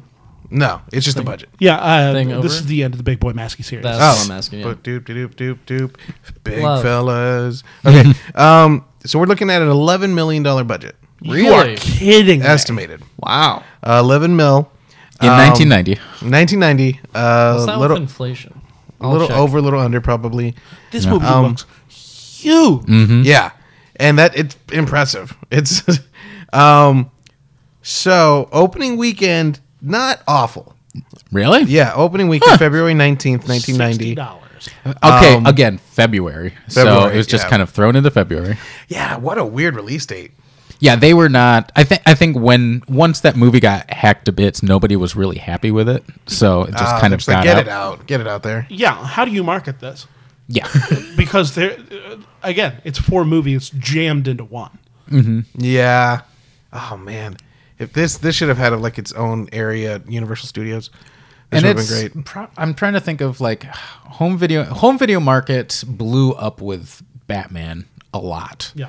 [SPEAKER 4] No, it's just the budget.
[SPEAKER 2] yeah, uh,
[SPEAKER 3] thing
[SPEAKER 2] this
[SPEAKER 3] over?
[SPEAKER 2] is the end of the Big Boy Maskey series.
[SPEAKER 3] That's what I'm asking. Yeah.
[SPEAKER 4] But doop doop doop doop, big
[SPEAKER 3] Love. [laughs]
[SPEAKER 4] fellas. Okay, um, so we're looking at an eleven million dollar budget
[SPEAKER 2] you are
[SPEAKER 3] Really?
[SPEAKER 2] kidding. me.
[SPEAKER 4] estimated.
[SPEAKER 3] Wow.
[SPEAKER 4] Uh, eleven mil.
[SPEAKER 1] In
[SPEAKER 4] Um,
[SPEAKER 1] 1990.
[SPEAKER 4] Nineteen ninety.
[SPEAKER 3] What's
[SPEAKER 4] Uh,
[SPEAKER 3] that
[SPEAKER 4] little,
[SPEAKER 3] with inflation?
[SPEAKER 4] a little
[SPEAKER 3] check.
[SPEAKER 4] over, a little under, probably.
[SPEAKER 2] This movie
[SPEAKER 4] Um,
[SPEAKER 2] looks huge.
[SPEAKER 3] Hmm?
[SPEAKER 4] Yeah, and that it's impressive. [laughs] It's, um, so opening weekend not awful.
[SPEAKER 1] Really?
[SPEAKER 4] Yeah, opening weekend February nineteenth, nineteen ninety.
[SPEAKER 2] dollars.
[SPEAKER 1] Okay. again, February. So
[SPEAKER 4] um, February,
[SPEAKER 1] it was just
[SPEAKER 4] yeah.
[SPEAKER 1] kind of thrown into February.
[SPEAKER 4] Yeah, what a weird release date.
[SPEAKER 1] Yeah, they were not. I think. I think when once that movie got hacked to bits, nobody was really happy with it. So it just
[SPEAKER 4] Uh,
[SPEAKER 1] kind of
[SPEAKER 4] just like,
[SPEAKER 1] got
[SPEAKER 4] get
[SPEAKER 1] out.
[SPEAKER 4] it out, get it out there.
[SPEAKER 2] Yeah, how do you market this?
[SPEAKER 4] [laughs]
[SPEAKER 1] Yeah,
[SPEAKER 2] Because there, uh, again, it's four movies jammed into one.
[SPEAKER 4] Yeah. Oh man, if this this should have had like its own area, at Universal Studios. This
[SPEAKER 1] and
[SPEAKER 4] would
[SPEAKER 1] it's.
[SPEAKER 4] have been great.
[SPEAKER 1] Pro- I'm trying to think of like home video. Home video market blew up with Batman a lot.
[SPEAKER 2] Yeah,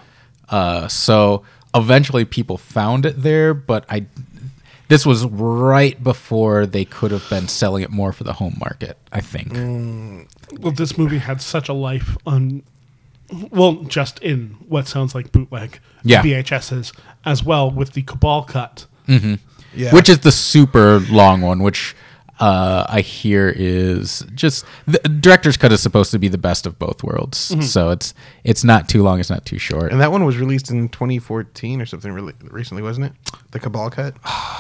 [SPEAKER 1] Uh, so eventually people found it there, but I. This was right before they could have been selling it more for the home market. I think.
[SPEAKER 4] Mm.
[SPEAKER 2] well, this movie had such a life on, well, just in what sounds like bootleg
[SPEAKER 1] Yeah.
[SPEAKER 2] VHSs as well with the Cabal cut.
[SPEAKER 4] Yeah.
[SPEAKER 1] which is the super long one, which uh, I hear is just the director's cut is supposed to be the best of both worlds. So it's it's not too long, it's not too short.
[SPEAKER 4] Mm-hmm. and that one was released in 2014 or something really recently, wasn't it? The
[SPEAKER 1] [gasps]
[SPEAKER 4] Cabal cut.
[SPEAKER 1] Oh,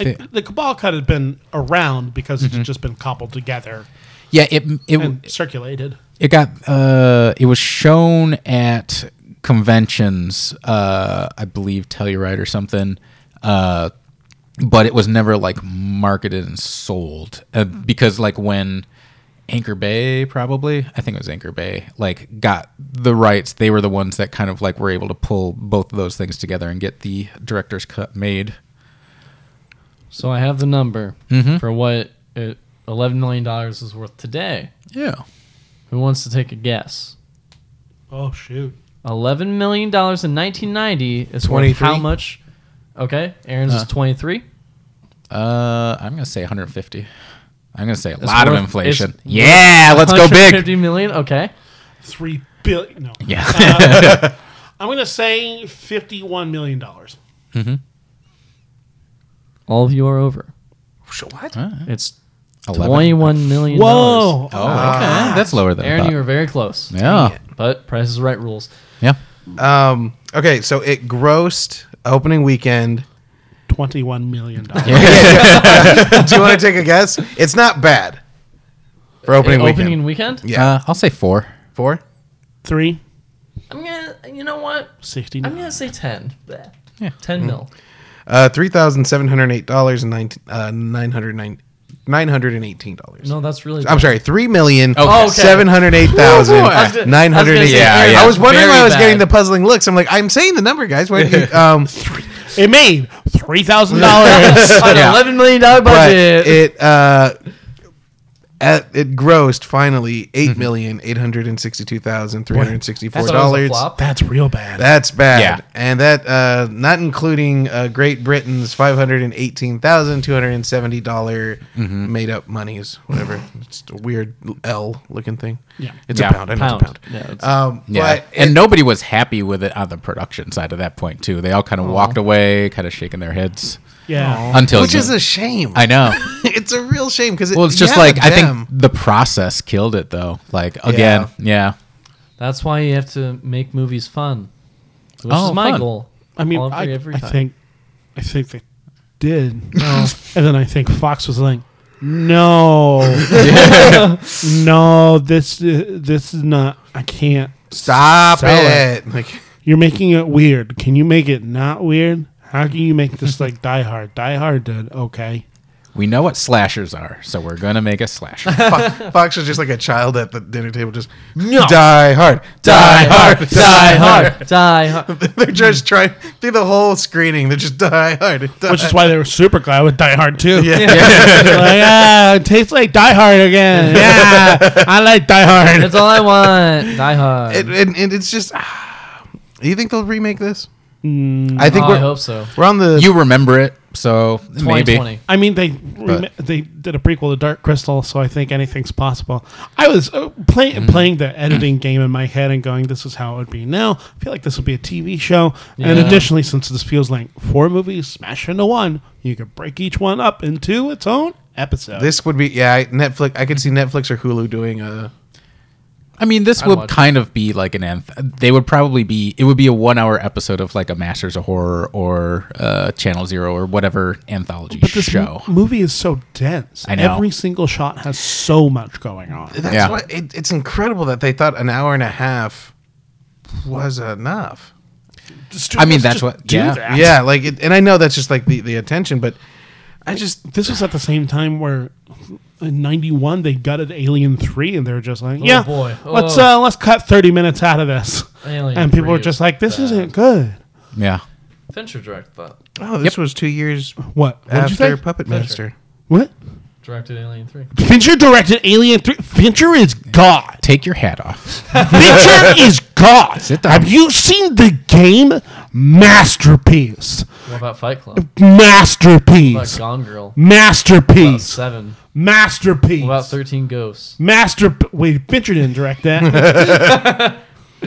[SPEAKER 2] It- the Cabal cut had been around because
[SPEAKER 1] Mm-hmm.
[SPEAKER 2] it had just been cobbled together
[SPEAKER 1] yeah, it it
[SPEAKER 2] and circulated.
[SPEAKER 1] it got uh, it was shown at conventions, uh, I believe Telluride or something. Uh, but it was never like marketed and sold uh, because like when Anchor Bay probably I think it was Anchor Bay like got the rights they were the ones that kind of like were able to pull both of those things together and get the director's cut made.
[SPEAKER 3] So I have the number for what it, $11 million is worth today.
[SPEAKER 1] Yeah.
[SPEAKER 3] Who wants to take a guess?
[SPEAKER 2] Oh shoot!
[SPEAKER 3] $11 million in 1990 is worth
[SPEAKER 4] 23?
[SPEAKER 3] how much? Okay, Aaron's is 23.
[SPEAKER 1] Uh I'm going to say 150. I'm going to say a lot of
[SPEAKER 3] worth-
[SPEAKER 1] inflation.
[SPEAKER 3] it's
[SPEAKER 1] Yeah, let's go big.
[SPEAKER 3] Fifty million. Okay.
[SPEAKER 2] Three billion. No, Uh,
[SPEAKER 1] Yeah. [laughs]
[SPEAKER 2] I'm gonna say fifty-one million dollars.
[SPEAKER 3] All of you are over.
[SPEAKER 4] Sh- What?
[SPEAKER 3] It's
[SPEAKER 1] 11.
[SPEAKER 3] twenty-one million. dollars.
[SPEAKER 2] Whoa.
[SPEAKER 1] Oh, okay. That's lower than I
[SPEAKER 3] Aaron,
[SPEAKER 1] thought.
[SPEAKER 3] you were very close.
[SPEAKER 1] Yeah.
[SPEAKER 3] But Price is Right rules.
[SPEAKER 1] Yeah.
[SPEAKER 4] Um, okay, so it grossed opening weekend.
[SPEAKER 2] $21 million.
[SPEAKER 4] Do you want to take
[SPEAKER 1] [laughs]
[SPEAKER 4] a guess? It's not bad for opening
[SPEAKER 3] Uh,
[SPEAKER 4] weekend.
[SPEAKER 3] opening weekend.
[SPEAKER 4] Yeah.
[SPEAKER 1] Uh, I'll say four.
[SPEAKER 4] Four.
[SPEAKER 2] Three
[SPEAKER 3] I'm gonna. You know what?
[SPEAKER 2] sixty.
[SPEAKER 3] I'm gonna say ten. Bleh.
[SPEAKER 1] Yeah.
[SPEAKER 4] Mm.
[SPEAKER 3] Ten mil.
[SPEAKER 4] Uh, three thousand seven hundred eight dollars and nine uh, nine hundred nine nine hundred and eighteen dollars.
[SPEAKER 3] No, that's really.
[SPEAKER 4] I'm sorry, three million
[SPEAKER 3] Oh, okay.
[SPEAKER 4] seven hundred eight thousand nine hundred eight.
[SPEAKER 1] Yeah, yeah.
[SPEAKER 4] I was wondering why I was getting the
[SPEAKER 3] the.
[SPEAKER 4] puzzling looks. I'm like, I'm saying the number, guys.
[SPEAKER 3] [laughs]
[SPEAKER 4] Why don't you, um,
[SPEAKER 2] It made
[SPEAKER 4] [laughs]
[SPEAKER 2] $3,000.
[SPEAKER 3] [laughs] on an eleven million dollar
[SPEAKER 4] but
[SPEAKER 3] budget.
[SPEAKER 4] it uh, at, it grossed finally eight
[SPEAKER 3] Mm-hmm.
[SPEAKER 4] million eight hundred and sixty two thousand three hundred sixty
[SPEAKER 3] I
[SPEAKER 4] four
[SPEAKER 3] thought it was a
[SPEAKER 4] dollars.
[SPEAKER 3] flop.
[SPEAKER 2] That's real bad.
[SPEAKER 4] That's bad.
[SPEAKER 1] Yeah.
[SPEAKER 4] And that uh, not including uh, Great Britain's five hundred and eighteen thousand two hundred and seventy dollar
[SPEAKER 3] Mm-hmm.
[SPEAKER 4] made up monies, whatever. it's a weird L looking thing.
[SPEAKER 2] Yeah.
[SPEAKER 4] It's
[SPEAKER 1] Yeah.
[SPEAKER 4] a pound. I know
[SPEAKER 3] Pound.
[SPEAKER 4] it's a pound.
[SPEAKER 3] Yeah, it's-
[SPEAKER 4] um,
[SPEAKER 1] Yeah.
[SPEAKER 4] But
[SPEAKER 1] and
[SPEAKER 4] it-
[SPEAKER 1] nobody was happy with it on the production side at that point, too. They all kind of walked away, kind of shaking their heads.
[SPEAKER 2] Yeah.
[SPEAKER 1] Until
[SPEAKER 4] which
[SPEAKER 1] you-
[SPEAKER 4] is a shame.
[SPEAKER 1] I know.
[SPEAKER 4] [laughs] it's a real shame because
[SPEAKER 1] Well, it's just like, I think the process killed it, though. Like, again, yeah.
[SPEAKER 3] That's why you have to make movies fun, which
[SPEAKER 1] Oh,
[SPEAKER 3] is my
[SPEAKER 1] fun.
[SPEAKER 3] goal.
[SPEAKER 2] I mean,
[SPEAKER 3] All
[SPEAKER 2] I,
[SPEAKER 3] every- every
[SPEAKER 2] I
[SPEAKER 3] time.
[SPEAKER 2] think, I think they did. [laughs] and then I think Fox was like, "No, no, this uh, this is not. I can't.
[SPEAKER 4] Stop
[SPEAKER 2] Sell
[SPEAKER 4] it. [laughs] Like
[SPEAKER 2] You're making it weird. Can you make it not weird? How can you make this like Die Hard? Die Hard did okay.
[SPEAKER 1] We know what slashers are, so we're going to make a slasher.
[SPEAKER 4] [laughs] Fo- Fox was just like a child at the dinner table, just [laughs]
[SPEAKER 3] No.
[SPEAKER 4] die hard, [laughs] die hard,
[SPEAKER 3] die hard, die hard.
[SPEAKER 4] they're just trying through the whole screening. They're just die [laughs] hard, die
[SPEAKER 2] Which is why they were super glad with Die Hard too.
[SPEAKER 4] Uh, Yeah. [laughs]
[SPEAKER 2] like, ah, it tastes like Die Hard again. Yeah, [laughs] I like Die
[SPEAKER 3] [laughs]
[SPEAKER 2] Hard.
[SPEAKER 3] That's all I want. Die hard.
[SPEAKER 4] and, and, and it's just [sighs] do you think they'll remake this i think
[SPEAKER 3] Oh,
[SPEAKER 4] we're,
[SPEAKER 3] I hope so.
[SPEAKER 4] we're on the
[SPEAKER 1] you remember it, so maybe.
[SPEAKER 3] 2020.
[SPEAKER 2] I mean, they rem- they did a prequel to Dark Crystal, so I think anything's possible. I was uh, playing
[SPEAKER 1] Mm.
[SPEAKER 2] playing the editing game in my head and going, "This is how it would be now." I feel like this would be a TV show, and
[SPEAKER 3] Yeah.
[SPEAKER 2] additionally, since this feels like four movies smashed into one, you could break each one up into its own episode.
[SPEAKER 4] this would be yeah I- netflix i could see netflix or hulu doing a
[SPEAKER 1] I mean, this
[SPEAKER 3] I'd
[SPEAKER 1] would
[SPEAKER 3] watch
[SPEAKER 1] kind of be like an anth. They would probably be. It would be a one-hour episode of like a Masters of Horror or uh, Channel Zero or whatever anthology
[SPEAKER 2] but this
[SPEAKER 1] show.
[SPEAKER 2] m- movie is so dense.
[SPEAKER 1] I know.
[SPEAKER 2] Every single shot has so much going on.
[SPEAKER 4] that's
[SPEAKER 1] Yeah.
[SPEAKER 4] what it, it's incredible that they thought an hour and a half was enough
[SPEAKER 2] Just do-
[SPEAKER 1] I mean,
[SPEAKER 2] let's
[SPEAKER 1] that's
[SPEAKER 2] just
[SPEAKER 1] what-
[SPEAKER 2] do
[SPEAKER 1] yeah.
[SPEAKER 2] that.
[SPEAKER 4] [laughs] yeah like it, and i know that's just like the, the attention but i just
[SPEAKER 2] This was at the same time where in '91 they gutted Alien Three, and they were just like, "Yeah,
[SPEAKER 3] boy.
[SPEAKER 2] let's
[SPEAKER 3] Oh.
[SPEAKER 2] uh, let's cut 30 minutes out of this."
[SPEAKER 3] Alien
[SPEAKER 2] and people
[SPEAKER 3] 3
[SPEAKER 2] were just
[SPEAKER 3] is
[SPEAKER 2] like, "This
[SPEAKER 3] bad.
[SPEAKER 2] is isn't good."
[SPEAKER 1] yeah,
[SPEAKER 3] Fincher directed that.
[SPEAKER 4] oh this was two years
[SPEAKER 2] What? What did you
[SPEAKER 4] after
[SPEAKER 2] say?
[SPEAKER 4] puppet master
[SPEAKER 2] What?
[SPEAKER 3] Directed Alien Three.
[SPEAKER 2] Fincher directed Alien Three. Fincher
[SPEAKER 3] [laughs]
[SPEAKER 2] is God.
[SPEAKER 1] take your hat off.
[SPEAKER 2] Fincher is God.
[SPEAKER 1] Sit down.
[SPEAKER 2] Have you seen the game? Masterpiece.
[SPEAKER 3] What about Fight Club? What about
[SPEAKER 2] Masterpiece.
[SPEAKER 3] Gone Girl? About
[SPEAKER 2] Masterpiece.
[SPEAKER 3] seven.
[SPEAKER 2] Masterpiece.
[SPEAKER 3] What about Thirteen Ghosts?
[SPEAKER 2] Master. Wait, Fincher didn't direct that.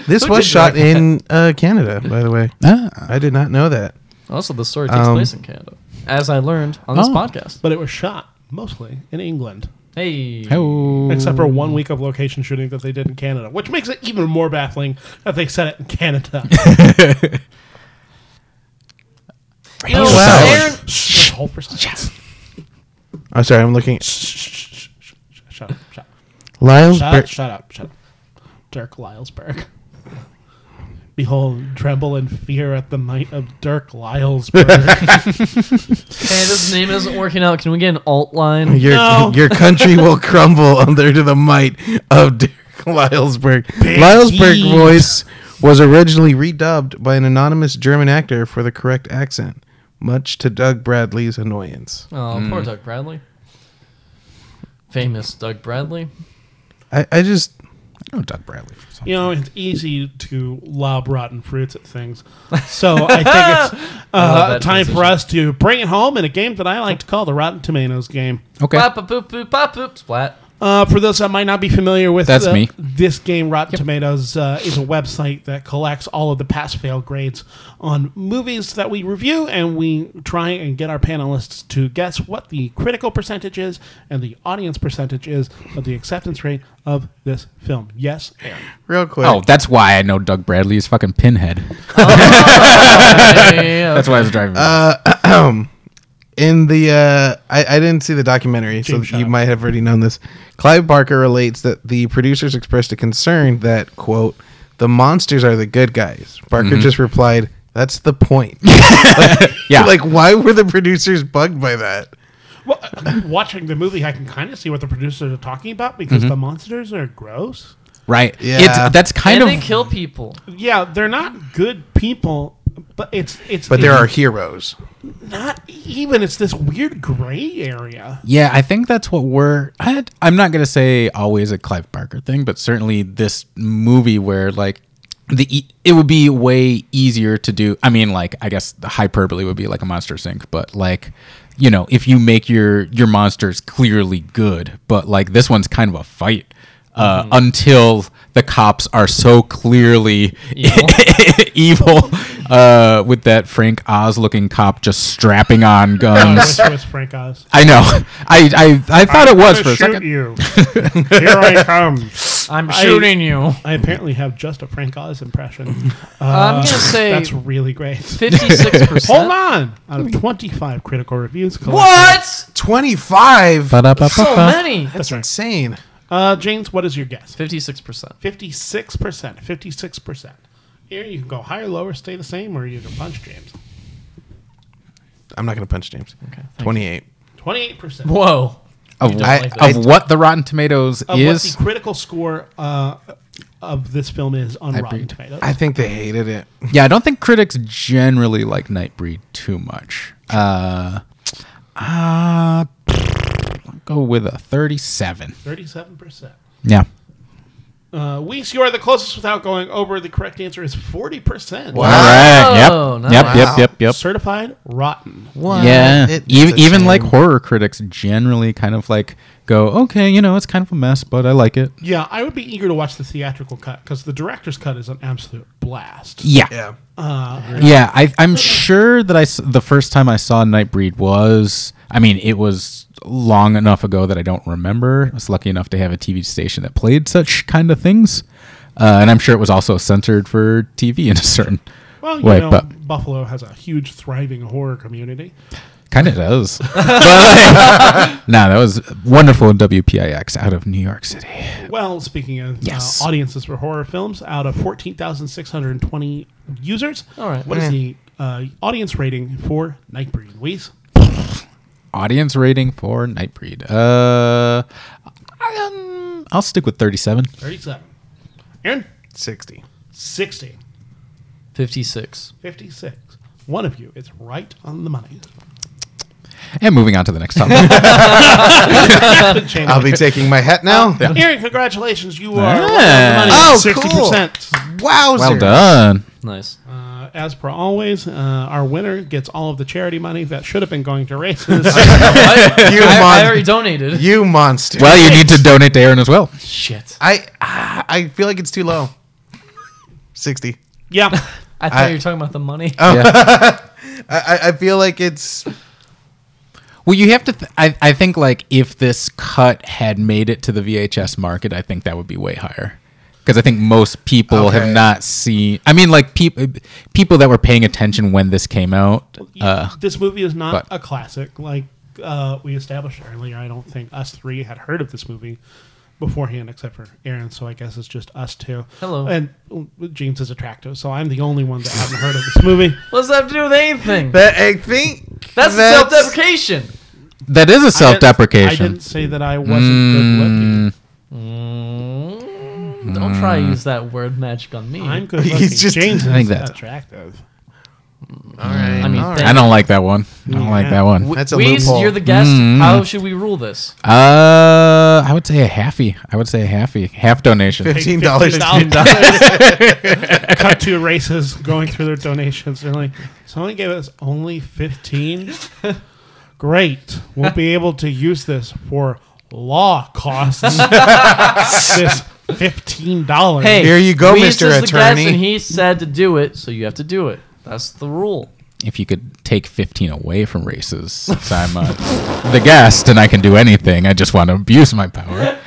[SPEAKER 4] this was shot in uh, canada by the way
[SPEAKER 1] Ah,
[SPEAKER 4] i did not know that
[SPEAKER 3] Also, the story takes
[SPEAKER 4] Um,
[SPEAKER 3] place in Canada, as I learned on this
[SPEAKER 1] Oh.
[SPEAKER 3] podcast.
[SPEAKER 2] but it was shot mostly in England.
[SPEAKER 3] Hey,
[SPEAKER 1] [laughs] oh.
[SPEAKER 2] except for one week of location shooting that they did in Canada, which makes it even more baffling that they set it in Canada.
[SPEAKER 3] you know,
[SPEAKER 4] Wow.
[SPEAKER 3] Aaron,
[SPEAKER 2] Shh. Yes.
[SPEAKER 4] i'm sorry i'm looking
[SPEAKER 2] Shut up. Shut up.
[SPEAKER 4] lyle's
[SPEAKER 2] Shut
[SPEAKER 4] Bur-
[SPEAKER 2] up. Shut up. Shut up. Dirk Lylesberg. Behold, tremble in fear at the might of Dirk Lylesberg.
[SPEAKER 3] hey, this name isn't working out. Can we get an alt line?
[SPEAKER 4] Your
[SPEAKER 2] No.
[SPEAKER 4] [laughs] your country will crumble under the might of [laughs] Derek Lylesberg. Lylesberg's
[SPEAKER 2] heat.
[SPEAKER 4] voice was originally redubbed by an anonymous German actor for the correct accent, much to Doug Bradley's annoyance.
[SPEAKER 3] Oh, poor Doug Bradley. Famous Doug Bradley.
[SPEAKER 4] I, I just
[SPEAKER 1] Oh, Doug Bradley. For something.
[SPEAKER 2] you know, it's easy to lob rotten fruits at things. So I
[SPEAKER 3] [laughs]
[SPEAKER 2] think it's
[SPEAKER 3] love
[SPEAKER 2] uh,
[SPEAKER 3] that
[SPEAKER 2] time for
[SPEAKER 3] transition.
[SPEAKER 2] us to bring it home in a game that I like to call the Rotten Tomatoes game.
[SPEAKER 1] Okay.
[SPEAKER 3] Pop, pop, poop, poop, pop, poop, splat.
[SPEAKER 2] Uh, for those that might not be familiar with
[SPEAKER 1] That's
[SPEAKER 2] the-
[SPEAKER 1] me.
[SPEAKER 2] this game, Rotten Tomatoes, uh, is a website that collects all of the pass fail grades on movies that we review, and we try and get our panelists to guess what the critical percentage is and the audience percentage is of the acceptance rate of this film. Yes, Aaron.
[SPEAKER 4] Real quick.
[SPEAKER 1] Oh, that's why I know Doug Bradley is fucking Pinhead.
[SPEAKER 3] yeah, yeah.
[SPEAKER 1] That's why I was driving.
[SPEAKER 4] in the uh, I, I didn't see the documentary, so
[SPEAKER 2] James
[SPEAKER 4] you
[SPEAKER 2] Shot.
[SPEAKER 4] might have already known this. Clive Barker relates that the producers expressed a concern that quote the monsters are the good guys. Barker
[SPEAKER 1] Mm-hmm.
[SPEAKER 4] just replied, "That's the point."
[SPEAKER 1] [laughs] yeah,
[SPEAKER 4] like, why were the producers bugged by that?
[SPEAKER 2] Well, uh, watching the movie, I can kind of see what the producers are talking about because
[SPEAKER 1] Mm-hmm.
[SPEAKER 2] the monsters are gross.
[SPEAKER 1] right.
[SPEAKER 4] Yeah.
[SPEAKER 1] It's that's kind
[SPEAKER 3] and
[SPEAKER 1] of
[SPEAKER 3] they kill people.
[SPEAKER 2] Yeah, they're not good people, but it's it's.
[SPEAKER 4] But there are
[SPEAKER 2] it's
[SPEAKER 4] heroes.
[SPEAKER 2] not even. It's this weird
[SPEAKER 1] [laughs]
[SPEAKER 2] gray area.
[SPEAKER 1] Yeah, I think that's what we're. I, I'm not gonna say always a Clive Barker thing, but certainly this movie where like the e- it would be way easier to do. I mean, like I guess the hyperbole would be like a monster sink, but like you know, if you make your your monsters clearly good, but like this one's kind of a fight. Uh, Until the cops are so clearly
[SPEAKER 3] Evil.
[SPEAKER 1] [laughs] evil, uh, with that Frank Oz looking cop just strapping on guns.
[SPEAKER 2] Which was Frank Oz.
[SPEAKER 1] I know. [laughs] I I, I thought it was for a second.
[SPEAKER 2] you.
[SPEAKER 1] [laughs]
[SPEAKER 2] Here I come.
[SPEAKER 3] I'm
[SPEAKER 2] I- Uh,
[SPEAKER 3] shooting you.
[SPEAKER 2] I apparently have just a Frank Oz impression.
[SPEAKER 3] I'm
[SPEAKER 2] Uh,
[SPEAKER 3] gonna say
[SPEAKER 2] that's really great.
[SPEAKER 3] fifty-six
[SPEAKER 2] [laughs] Hold
[SPEAKER 3] percent.
[SPEAKER 2] on. Out of twenty-five critical reviews, collected-
[SPEAKER 3] What?
[SPEAKER 4] Twenty five.
[SPEAKER 3] So many.
[SPEAKER 2] That's right.
[SPEAKER 4] Insane.
[SPEAKER 2] Uh, James, what is your guess?
[SPEAKER 3] Fifty-six percent.
[SPEAKER 2] Fifty-six percent. Fifty-six percent. Here you can go higher, lower, stay the same, or you can punch James.
[SPEAKER 4] I'm not gonna punch James. Okay.
[SPEAKER 3] you.
[SPEAKER 4] Twenty eight.
[SPEAKER 2] Twenty-eight percent. Of
[SPEAKER 3] Whoa.
[SPEAKER 1] Of,
[SPEAKER 3] don't
[SPEAKER 1] I-
[SPEAKER 3] like that.
[SPEAKER 1] of what the Rotten Tomatoes
[SPEAKER 2] what the
[SPEAKER 1] is.
[SPEAKER 2] critical score uh, of this film is on Rotten
[SPEAKER 1] breed.
[SPEAKER 2] Tomatoes?
[SPEAKER 4] I think they hated it.
[SPEAKER 1] yeah, I don't think critics generally like Nightbreed too much. Uh, uh, I'll go with a 37.
[SPEAKER 2] Thirty-seven percent.
[SPEAKER 1] Yeah.
[SPEAKER 2] Uh, Weiss, you are the closest without going over. The correct answer is forty percent.
[SPEAKER 1] All
[SPEAKER 4] Wow.
[SPEAKER 1] right. Yep.
[SPEAKER 3] nice.
[SPEAKER 1] Yep. Yep. Yep. Yep.
[SPEAKER 2] Certified rotten.
[SPEAKER 4] What?
[SPEAKER 1] yeah.
[SPEAKER 4] It-
[SPEAKER 1] even
[SPEAKER 4] it's a
[SPEAKER 1] even like
[SPEAKER 4] shame.
[SPEAKER 1] horror critics generally kind of like go, okay, you know, it's kind of a mess, but I like it.
[SPEAKER 2] Yeah, I would be eager to watch the theatrical cut because the director's cut is an absolute blast. Uh,
[SPEAKER 1] Yeah.
[SPEAKER 4] Yeah.
[SPEAKER 1] Yeah, I, I'm sure that I s- the first time I saw Nightbreed was I mean it was long enough ago that I don't remember. I was lucky enough to have a TV station that played such kind of things, uh, and I'm sure it was also censored for TV in a certain
[SPEAKER 2] Well, you
[SPEAKER 1] way.
[SPEAKER 2] know,
[SPEAKER 1] But
[SPEAKER 2] Buffalo has a huge, thriving horror community.
[SPEAKER 1] kind of does. [laughs] nah, that was wonderful. WPIX out of New York City.
[SPEAKER 2] Well, speaking of
[SPEAKER 1] Yes.
[SPEAKER 2] uh, audiences for horror films, out of 14,620 users,
[SPEAKER 3] All right.
[SPEAKER 2] what is the uh, audience rating for Nightbreed? Weiss?
[SPEAKER 1] Audience rating for Nightbreed. Uh, I, um, I'll stick with 37.
[SPEAKER 2] 37. Aaron?
[SPEAKER 4] Sixty.
[SPEAKER 2] 60.
[SPEAKER 3] Fifty-six.
[SPEAKER 2] 56. One of you is right on the money.
[SPEAKER 1] And moving on to the next topic.
[SPEAKER 4] I'll be taking my hat now.
[SPEAKER 2] Aaron, congratulations. You are
[SPEAKER 1] Yeah.
[SPEAKER 2] right on the money.
[SPEAKER 4] Oh,
[SPEAKER 2] 60%.
[SPEAKER 4] Wow.
[SPEAKER 1] well done.
[SPEAKER 3] Nice.
[SPEAKER 2] Uh, as per always, uh, our winner gets all of the charity money that should have been going to races. [laughs]
[SPEAKER 3] I,
[SPEAKER 4] [laughs] You
[SPEAKER 3] I
[SPEAKER 4] mon-
[SPEAKER 3] already donated.
[SPEAKER 4] You monster.
[SPEAKER 1] Well, you need to donate to Aaron as well.
[SPEAKER 3] Shit.
[SPEAKER 4] I ah, I feel like it's too low. Sixty.
[SPEAKER 2] yeah,
[SPEAKER 3] I thought
[SPEAKER 4] I- Uh,
[SPEAKER 3] you were talking about the money.
[SPEAKER 4] I- I, I feel like it's
[SPEAKER 1] Well, you have to. Th- I I think like if this cut had made it to the VHS market, I think that would be way higher. Because I think most people
[SPEAKER 4] Okay.
[SPEAKER 1] have not seen. I mean, like people people that were paying attention when this came out. Uh,
[SPEAKER 2] this movie is
[SPEAKER 1] but-
[SPEAKER 2] not a classic. Like uh, we established earlier, I don't think us three had heard of this movie beforehand, except for Aaron. So I guess it's just us two.
[SPEAKER 3] Hello.
[SPEAKER 2] and uh, James is attractive, so I'm the only one that hasn't heard of this movie.
[SPEAKER 3] What's that have to do with anything?
[SPEAKER 4] that I think
[SPEAKER 3] That's self-deprecation.
[SPEAKER 1] that is a self
[SPEAKER 2] I didn't
[SPEAKER 1] deprecation.
[SPEAKER 2] say that I wasn't
[SPEAKER 1] Mm.
[SPEAKER 2] good looking.
[SPEAKER 3] Mm. Don't try
[SPEAKER 4] Mm.
[SPEAKER 3] to use that word magic on me.
[SPEAKER 1] [laughs]
[SPEAKER 2] I'm good looking.
[SPEAKER 4] He's just-
[SPEAKER 2] James is
[SPEAKER 1] I think that's-
[SPEAKER 2] attractive.
[SPEAKER 4] All right.
[SPEAKER 3] I mean,
[SPEAKER 4] all
[SPEAKER 3] thank-
[SPEAKER 4] right.
[SPEAKER 1] I don't like that one. I don't like that one.
[SPEAKER 4] That's a
[SPEAKER 3] Weez,
[SPEAKER 4] loophole. Mm.
[SPEAKER 3] you're the guest. How should we rule this?
[SPEAKER 1] Uh, I would say a halfie. I would say a halfie. Half [laughs] donation.
[SPEAKER 4] fifteen dollars. [laughs]
[SPEAKER 2] cut to races going through their donations. They're like, someone gave us only 15. Great. We'll be able to use this for law costs this fifteen dollars.
[SPEAKER 3] Hey,
[SPEAKER 4] Here you go,
[SPEAKER 3] Luis
[SPEAKER 4] Mr.
[SPEAKER 3] is the guest
[SPEAKER 4] Attorney.
[SPEAKER 3] and he said to do it, so you have to do it. That's the rule.
[SPEAKER 4] [laughs]
[SPEAKER 1] If you could take 15 away from races, since I'm uh, the guest and I can do anything, I just want to abuse my power.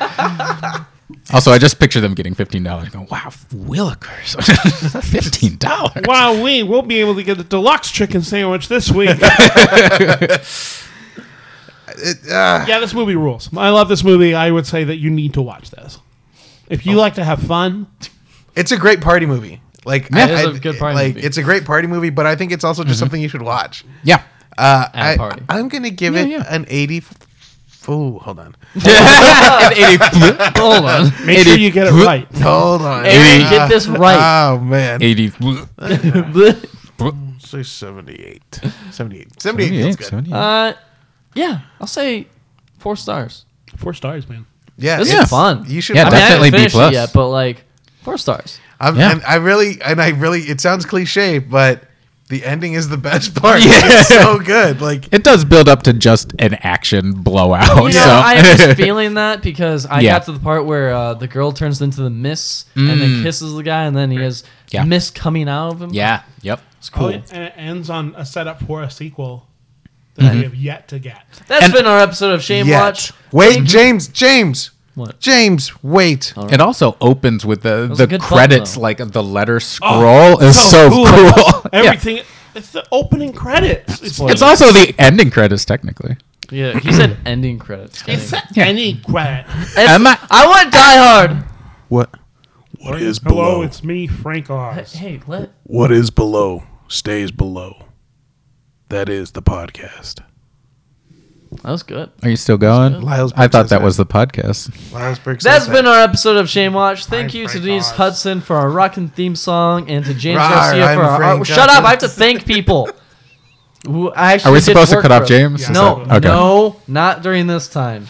[SPEAKER 1] [laughs] Also, I just picture them getting fifteen dollars. Going, wow, Willikers, [laughs] fifteen dollars.
[SPEAKER 2] wow, we will be able to get a deluxe chicken sandwich this week.
[SPEAKER 4] ah.
[SPEAKER 2] yeah, this movie rules. I love this movie. I would say that you need to watch this if
[SPEAKER 4] Oh.
[SPEAKER 2] you like to have fun.
[SPEAKER 4] [laughs] It's a great party movie. Like,
[SPEAKER 1] Yeah.
[SPEAKER 4] I-
[SPEAKER 1] It
[SPEAKER 3] is a
[SPEAKER 4] I-
[SPEAKER 3] good party
[SPEAKER 4] like
[SPEAKER 3] movie.
[SPEAKER 4] it's a great party movie, but I think it's also just something you should watch.
[SPEAKER 1] Yeah,
[SPEAKER 4] Uh,
[SPEAKER 3] Mm-hmm. At a
[SPEAKER 4] I,
[SPEAKER 3] party.
[SPEAKER 4] I'm gonna give
[SPEAKER 1] Yeah,
[SPEAKER 4] it
[SPEAKER 1] yeah.
[SPEAKER 4] an 80. f- Ooh, hold
[SPEAKER 3] [laughs]
[SPEAKER 4] on,
[SPEAKER 3] Hold [laughs] on.
[SPEAKER 2] Make sure you get it right.
[SPEAKER 4] hold on. Uh,
[SPEAKER 3] Aaron,
[SPEAKER 1] Eighty.
[SPEAKER 3] get this right.
[SPEAKER 4] Oh man,
[SPEAKER 1] eighty.
[SPEAKER 4] uh, say 78. 78. 78 feels good.
[SPEAKER 3] [laughs] Uh, yeah, I'll say four stars.
[SPEAKER 2] Four stars, man.
[SPEAKER 4] Yeah,
[SPEAKER 3] This
[SPEAKER 1] Yeah.
[SPEAKER 3] is fun.
[SPEAKER 4] You should.
[SPEAKER 1] Yeah,
[SPEAKER 4] watch
[SPEAKER 3] I mean,
[SPEAKER 4] it.
[SPEAKER 1] Definitely
[SPEAKER 3] I
[SPEAKER 1] B
[SPEAKER 3] haven't finished
[SPEAKER 1] plus.
[SPEAKER 3] it yet, but like four stars.
[SPEAKER 4] I'm,
[SPEAKER 1] Yeah.
[SPEAKER 4] and I really and I really it sounds cliche, but the ending is the best [laughs] part.
[SPEAKER 1] Yeah.
[SPEAKER 4] It's so good. Like
[SPEAKER 1] It does build up to just an action blowout.
[SPEAKER 3] You know,
[SPEAKER 1] so
[SPEAKER 3] I was
[SPEAKER 1] [laughs]
[SPEAKER 3] feeling that because I
[SPEAKER 1] Oh, Yeah.
[SPEAKER 3] got to the part where uh, the girl turns into the miss and then kisses the guy, and then he has
[SPEAKER 1] Mm. Yeah.
[SPEAKER 3] miss coming out of him.
[SPEAKER 1] yeah, yep, it's
[SPEAKER 2] Oh, yeah, and it ends on a setup for a sequel that we have yet to get.
[SPEAKER 3] that's
[SPEAKER 1] And-
[SPEAKER 3] been our episode of Shame
[SPEAKER 4] yet.
[SPEAKER 3] Watch.
[SPEAKER 4] Wait, James, James,
[SPEAKER 3] What?
[SPEAKER 4] James, wait.
[SPEAKER 1] It also opens with the
[SPEAKER 3] was a
[SPEAKER 1] the
[SPEAKER 3] good button,
[SPEAKER 1] credits,
[SPEAKER 3] though.
[SPEAKER 1] like the letter scroll is so, cool. [laughs]
[SPEAKER 2] Everything. It's the opening credits. It's,
[SPEAKER 1] Yeah. It's also the ending credits, technically.
[SPEAKER 3] Yeah, he said ending credits.
[SPEAKER 2] it's
[SPEAKER 3] It's-
[SPEAKER 1] Yeah.
[SPEAKER 2] any credit.
[SPEAKER 3] [laughs]
[SPEAKER 1] Am I-
[SPEAKER 3] I want Die Hard.
[SPEAKER 5] What
[SPEAKER 2] What
[SPEAKER 5] is below?
[SPEAKER 2] Hello, it's me, Frank Oz.
[SPEAKER 3] Hey, let
[SPEAKER 5] what is below stays below. That is the podcast.
[SPEAKER 3] that was good.
[SPEAKER 1] Are you still going?
[SPEAKER 4] Lyle's
[SPEAKER 1] I thought that
[SPEAKER 4] says
[SPEAKER 1] was the podcast.
[SPEAKER 4] Lylesburg says
[SPEAKER 3] That's
[SPEAKER 4] that.
[SPEAKER 3] been our episode of Shame Watch. Thank
[SPEAKER 2] I'm
[SPEAKER 3] you to
[SPEAKER 2] Frank
[SPEAKER 3] Denise
[SPEAKER 2] Oz.
[SPEAKER 3] Hudson for our rockin' theme song and to James
[SPEAKER 4] Rawr,
[SPEAKER 3] Garcia
[SPEAKER 4] I'm
[SPEAKER 3] for our
[SPEAKER 4] Frank
[SPEAKER 3] art. Shut up!
[SPEAKER 4] Oz.
[SPEAKER 3] I have to thank
[SPEAKER 4] [laughs]
[SPEAKER 3] people. Who actually
[SPEAKER 1] Are we
[SPEAKER 3] did
[SPEAKER 1] supposed to
[SPEAKER 3] work
[SPEAKER 1] cut
[SPEAKER 3] for
[SPEAKER 1] off
[SPEAKER 3] us.
[SPEAKER 1] James?
[SPEAKER 2] Yeah.
[SPEAKER 1] Is
[SPEAKER 3] No,
[SPEAKER 1] that- okay.
[SPEAKER 3] no, not during this time.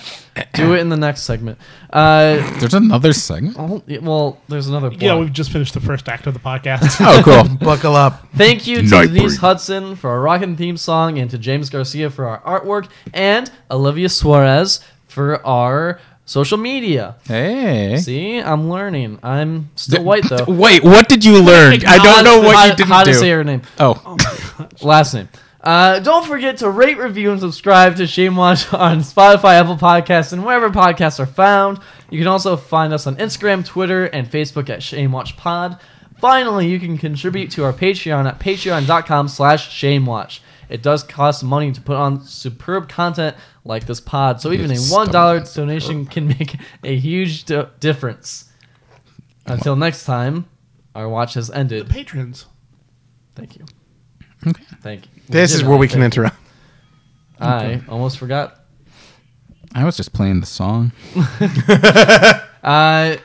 [SPEAKER 3] Do it in the next segment. Uh,
[SPEAKER 1] There's another segment.
[SPEAKER 3] oh, yeah, well, there's another. Block.
[SPEAKER 2] Yeah, we've just finished the first act of the podcast.
[SPEAKER 1] [laughs] Oh,
[SPEAKER 3] [laughs]
[SPEAKER 1] cool.
[SPEAKER 4] Buckle up.
[SPEAKER 3] Thank you to
[SPEAKER 5] Nightbreed.
[SPEAKER 3] Denise Hudson for our rockin' theme song and to James Garcia for our artwork and Olivia Suarez for our social media.
[SPEAKER 1] Hey.
[SPEAKER 3] See, I'm learning. I'm still white though.
[SPEAKER 1] Wait, [laughs] what did you learn? I
[SPEAKER 3] How
[SPEAKER 1] don't know
[SPEAKER 3] to-
[SPEAKER 1] what
[SPEAKER 3] how-
[SPEAKER 1] you didn't
[SPEAKER 3] how
[SPEAKER 1] do.
[SPEAKER 3] to say her name. Um,
[SPEAKER 1] oh,
[SPEAKER 3] Last name. Uh, don't forget to rate, review, and subscribe to Shame Watch [laughs] on Spotify, Apple Podcasts, and wherever podcasts are found. You can also find us on Instagram, Twitter, and Facebook at Shame Watch Pod. Finally, you can contribute to our Patreon at patreon.com slash Shame Watch. It does cost money to put on superb content like this pod, so even a
[SPEAKER 1] It's
[SPEAKER 3] $1
[SPEAKER 1] stubborn.
[SPEAKER 3] donation can make a huge di- difference. Until next time, our watch has ended.
[SPEAKER 2] Patrons.
[SPEAKER 3] Thank you. Thank you.
[SPEAKER 4] This is where we can
[SPEAKER 3] enter.
[SPEAKER 4] [laughs] interrupt.
[SPEAKER 3] I almost forgot.
[SPEAKER 1] I was just playing the song.
[SPEAKER 3] Uh,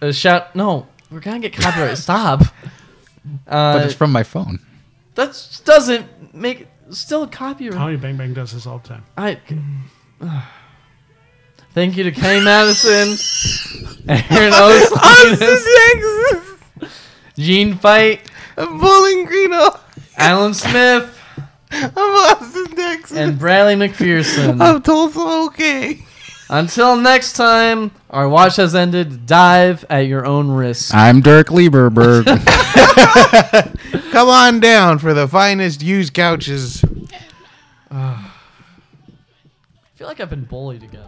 [SPEAKER 3] uh, shout. No, we're gonna get copyright. Stop.
[SPEAKER 1] But
[SPEAKER 3] Uh,
[SPEAKER 1] it's from my phone.
[SPEAKER 3] that doesn't make still copyright.
[SPEAKER 2] Tommy Bang Bang does this all the time.
[SPEAKER 3] I. [sighs] Thank you to Kenny Madison, Aaron
[SPEAKER 4] [laughs]
[SPEAKER 3] Osiris, Gene Fight,
[SPEAKER 4] I'm bowling green up.
[SPEAKER 3] Alan Smith,
[SPEAKER 4] I'm Austin Texas.
[SPEAKER 3] and Bradley
[SPEAKER 4] Oh.
[SPEAKER 3] McPherson.
[SPEAKER 4] Tulsa okay.
[SPEAKER 3] Until next time, our watch has ended. Dive at your own risk.
[SPEAKER 1] I'm Dirk [laughs] Lieberberg.
[SPEAKER 4] Come on down for the finest used couches.
[SPEAKER 3] I feel like I've been bullied again.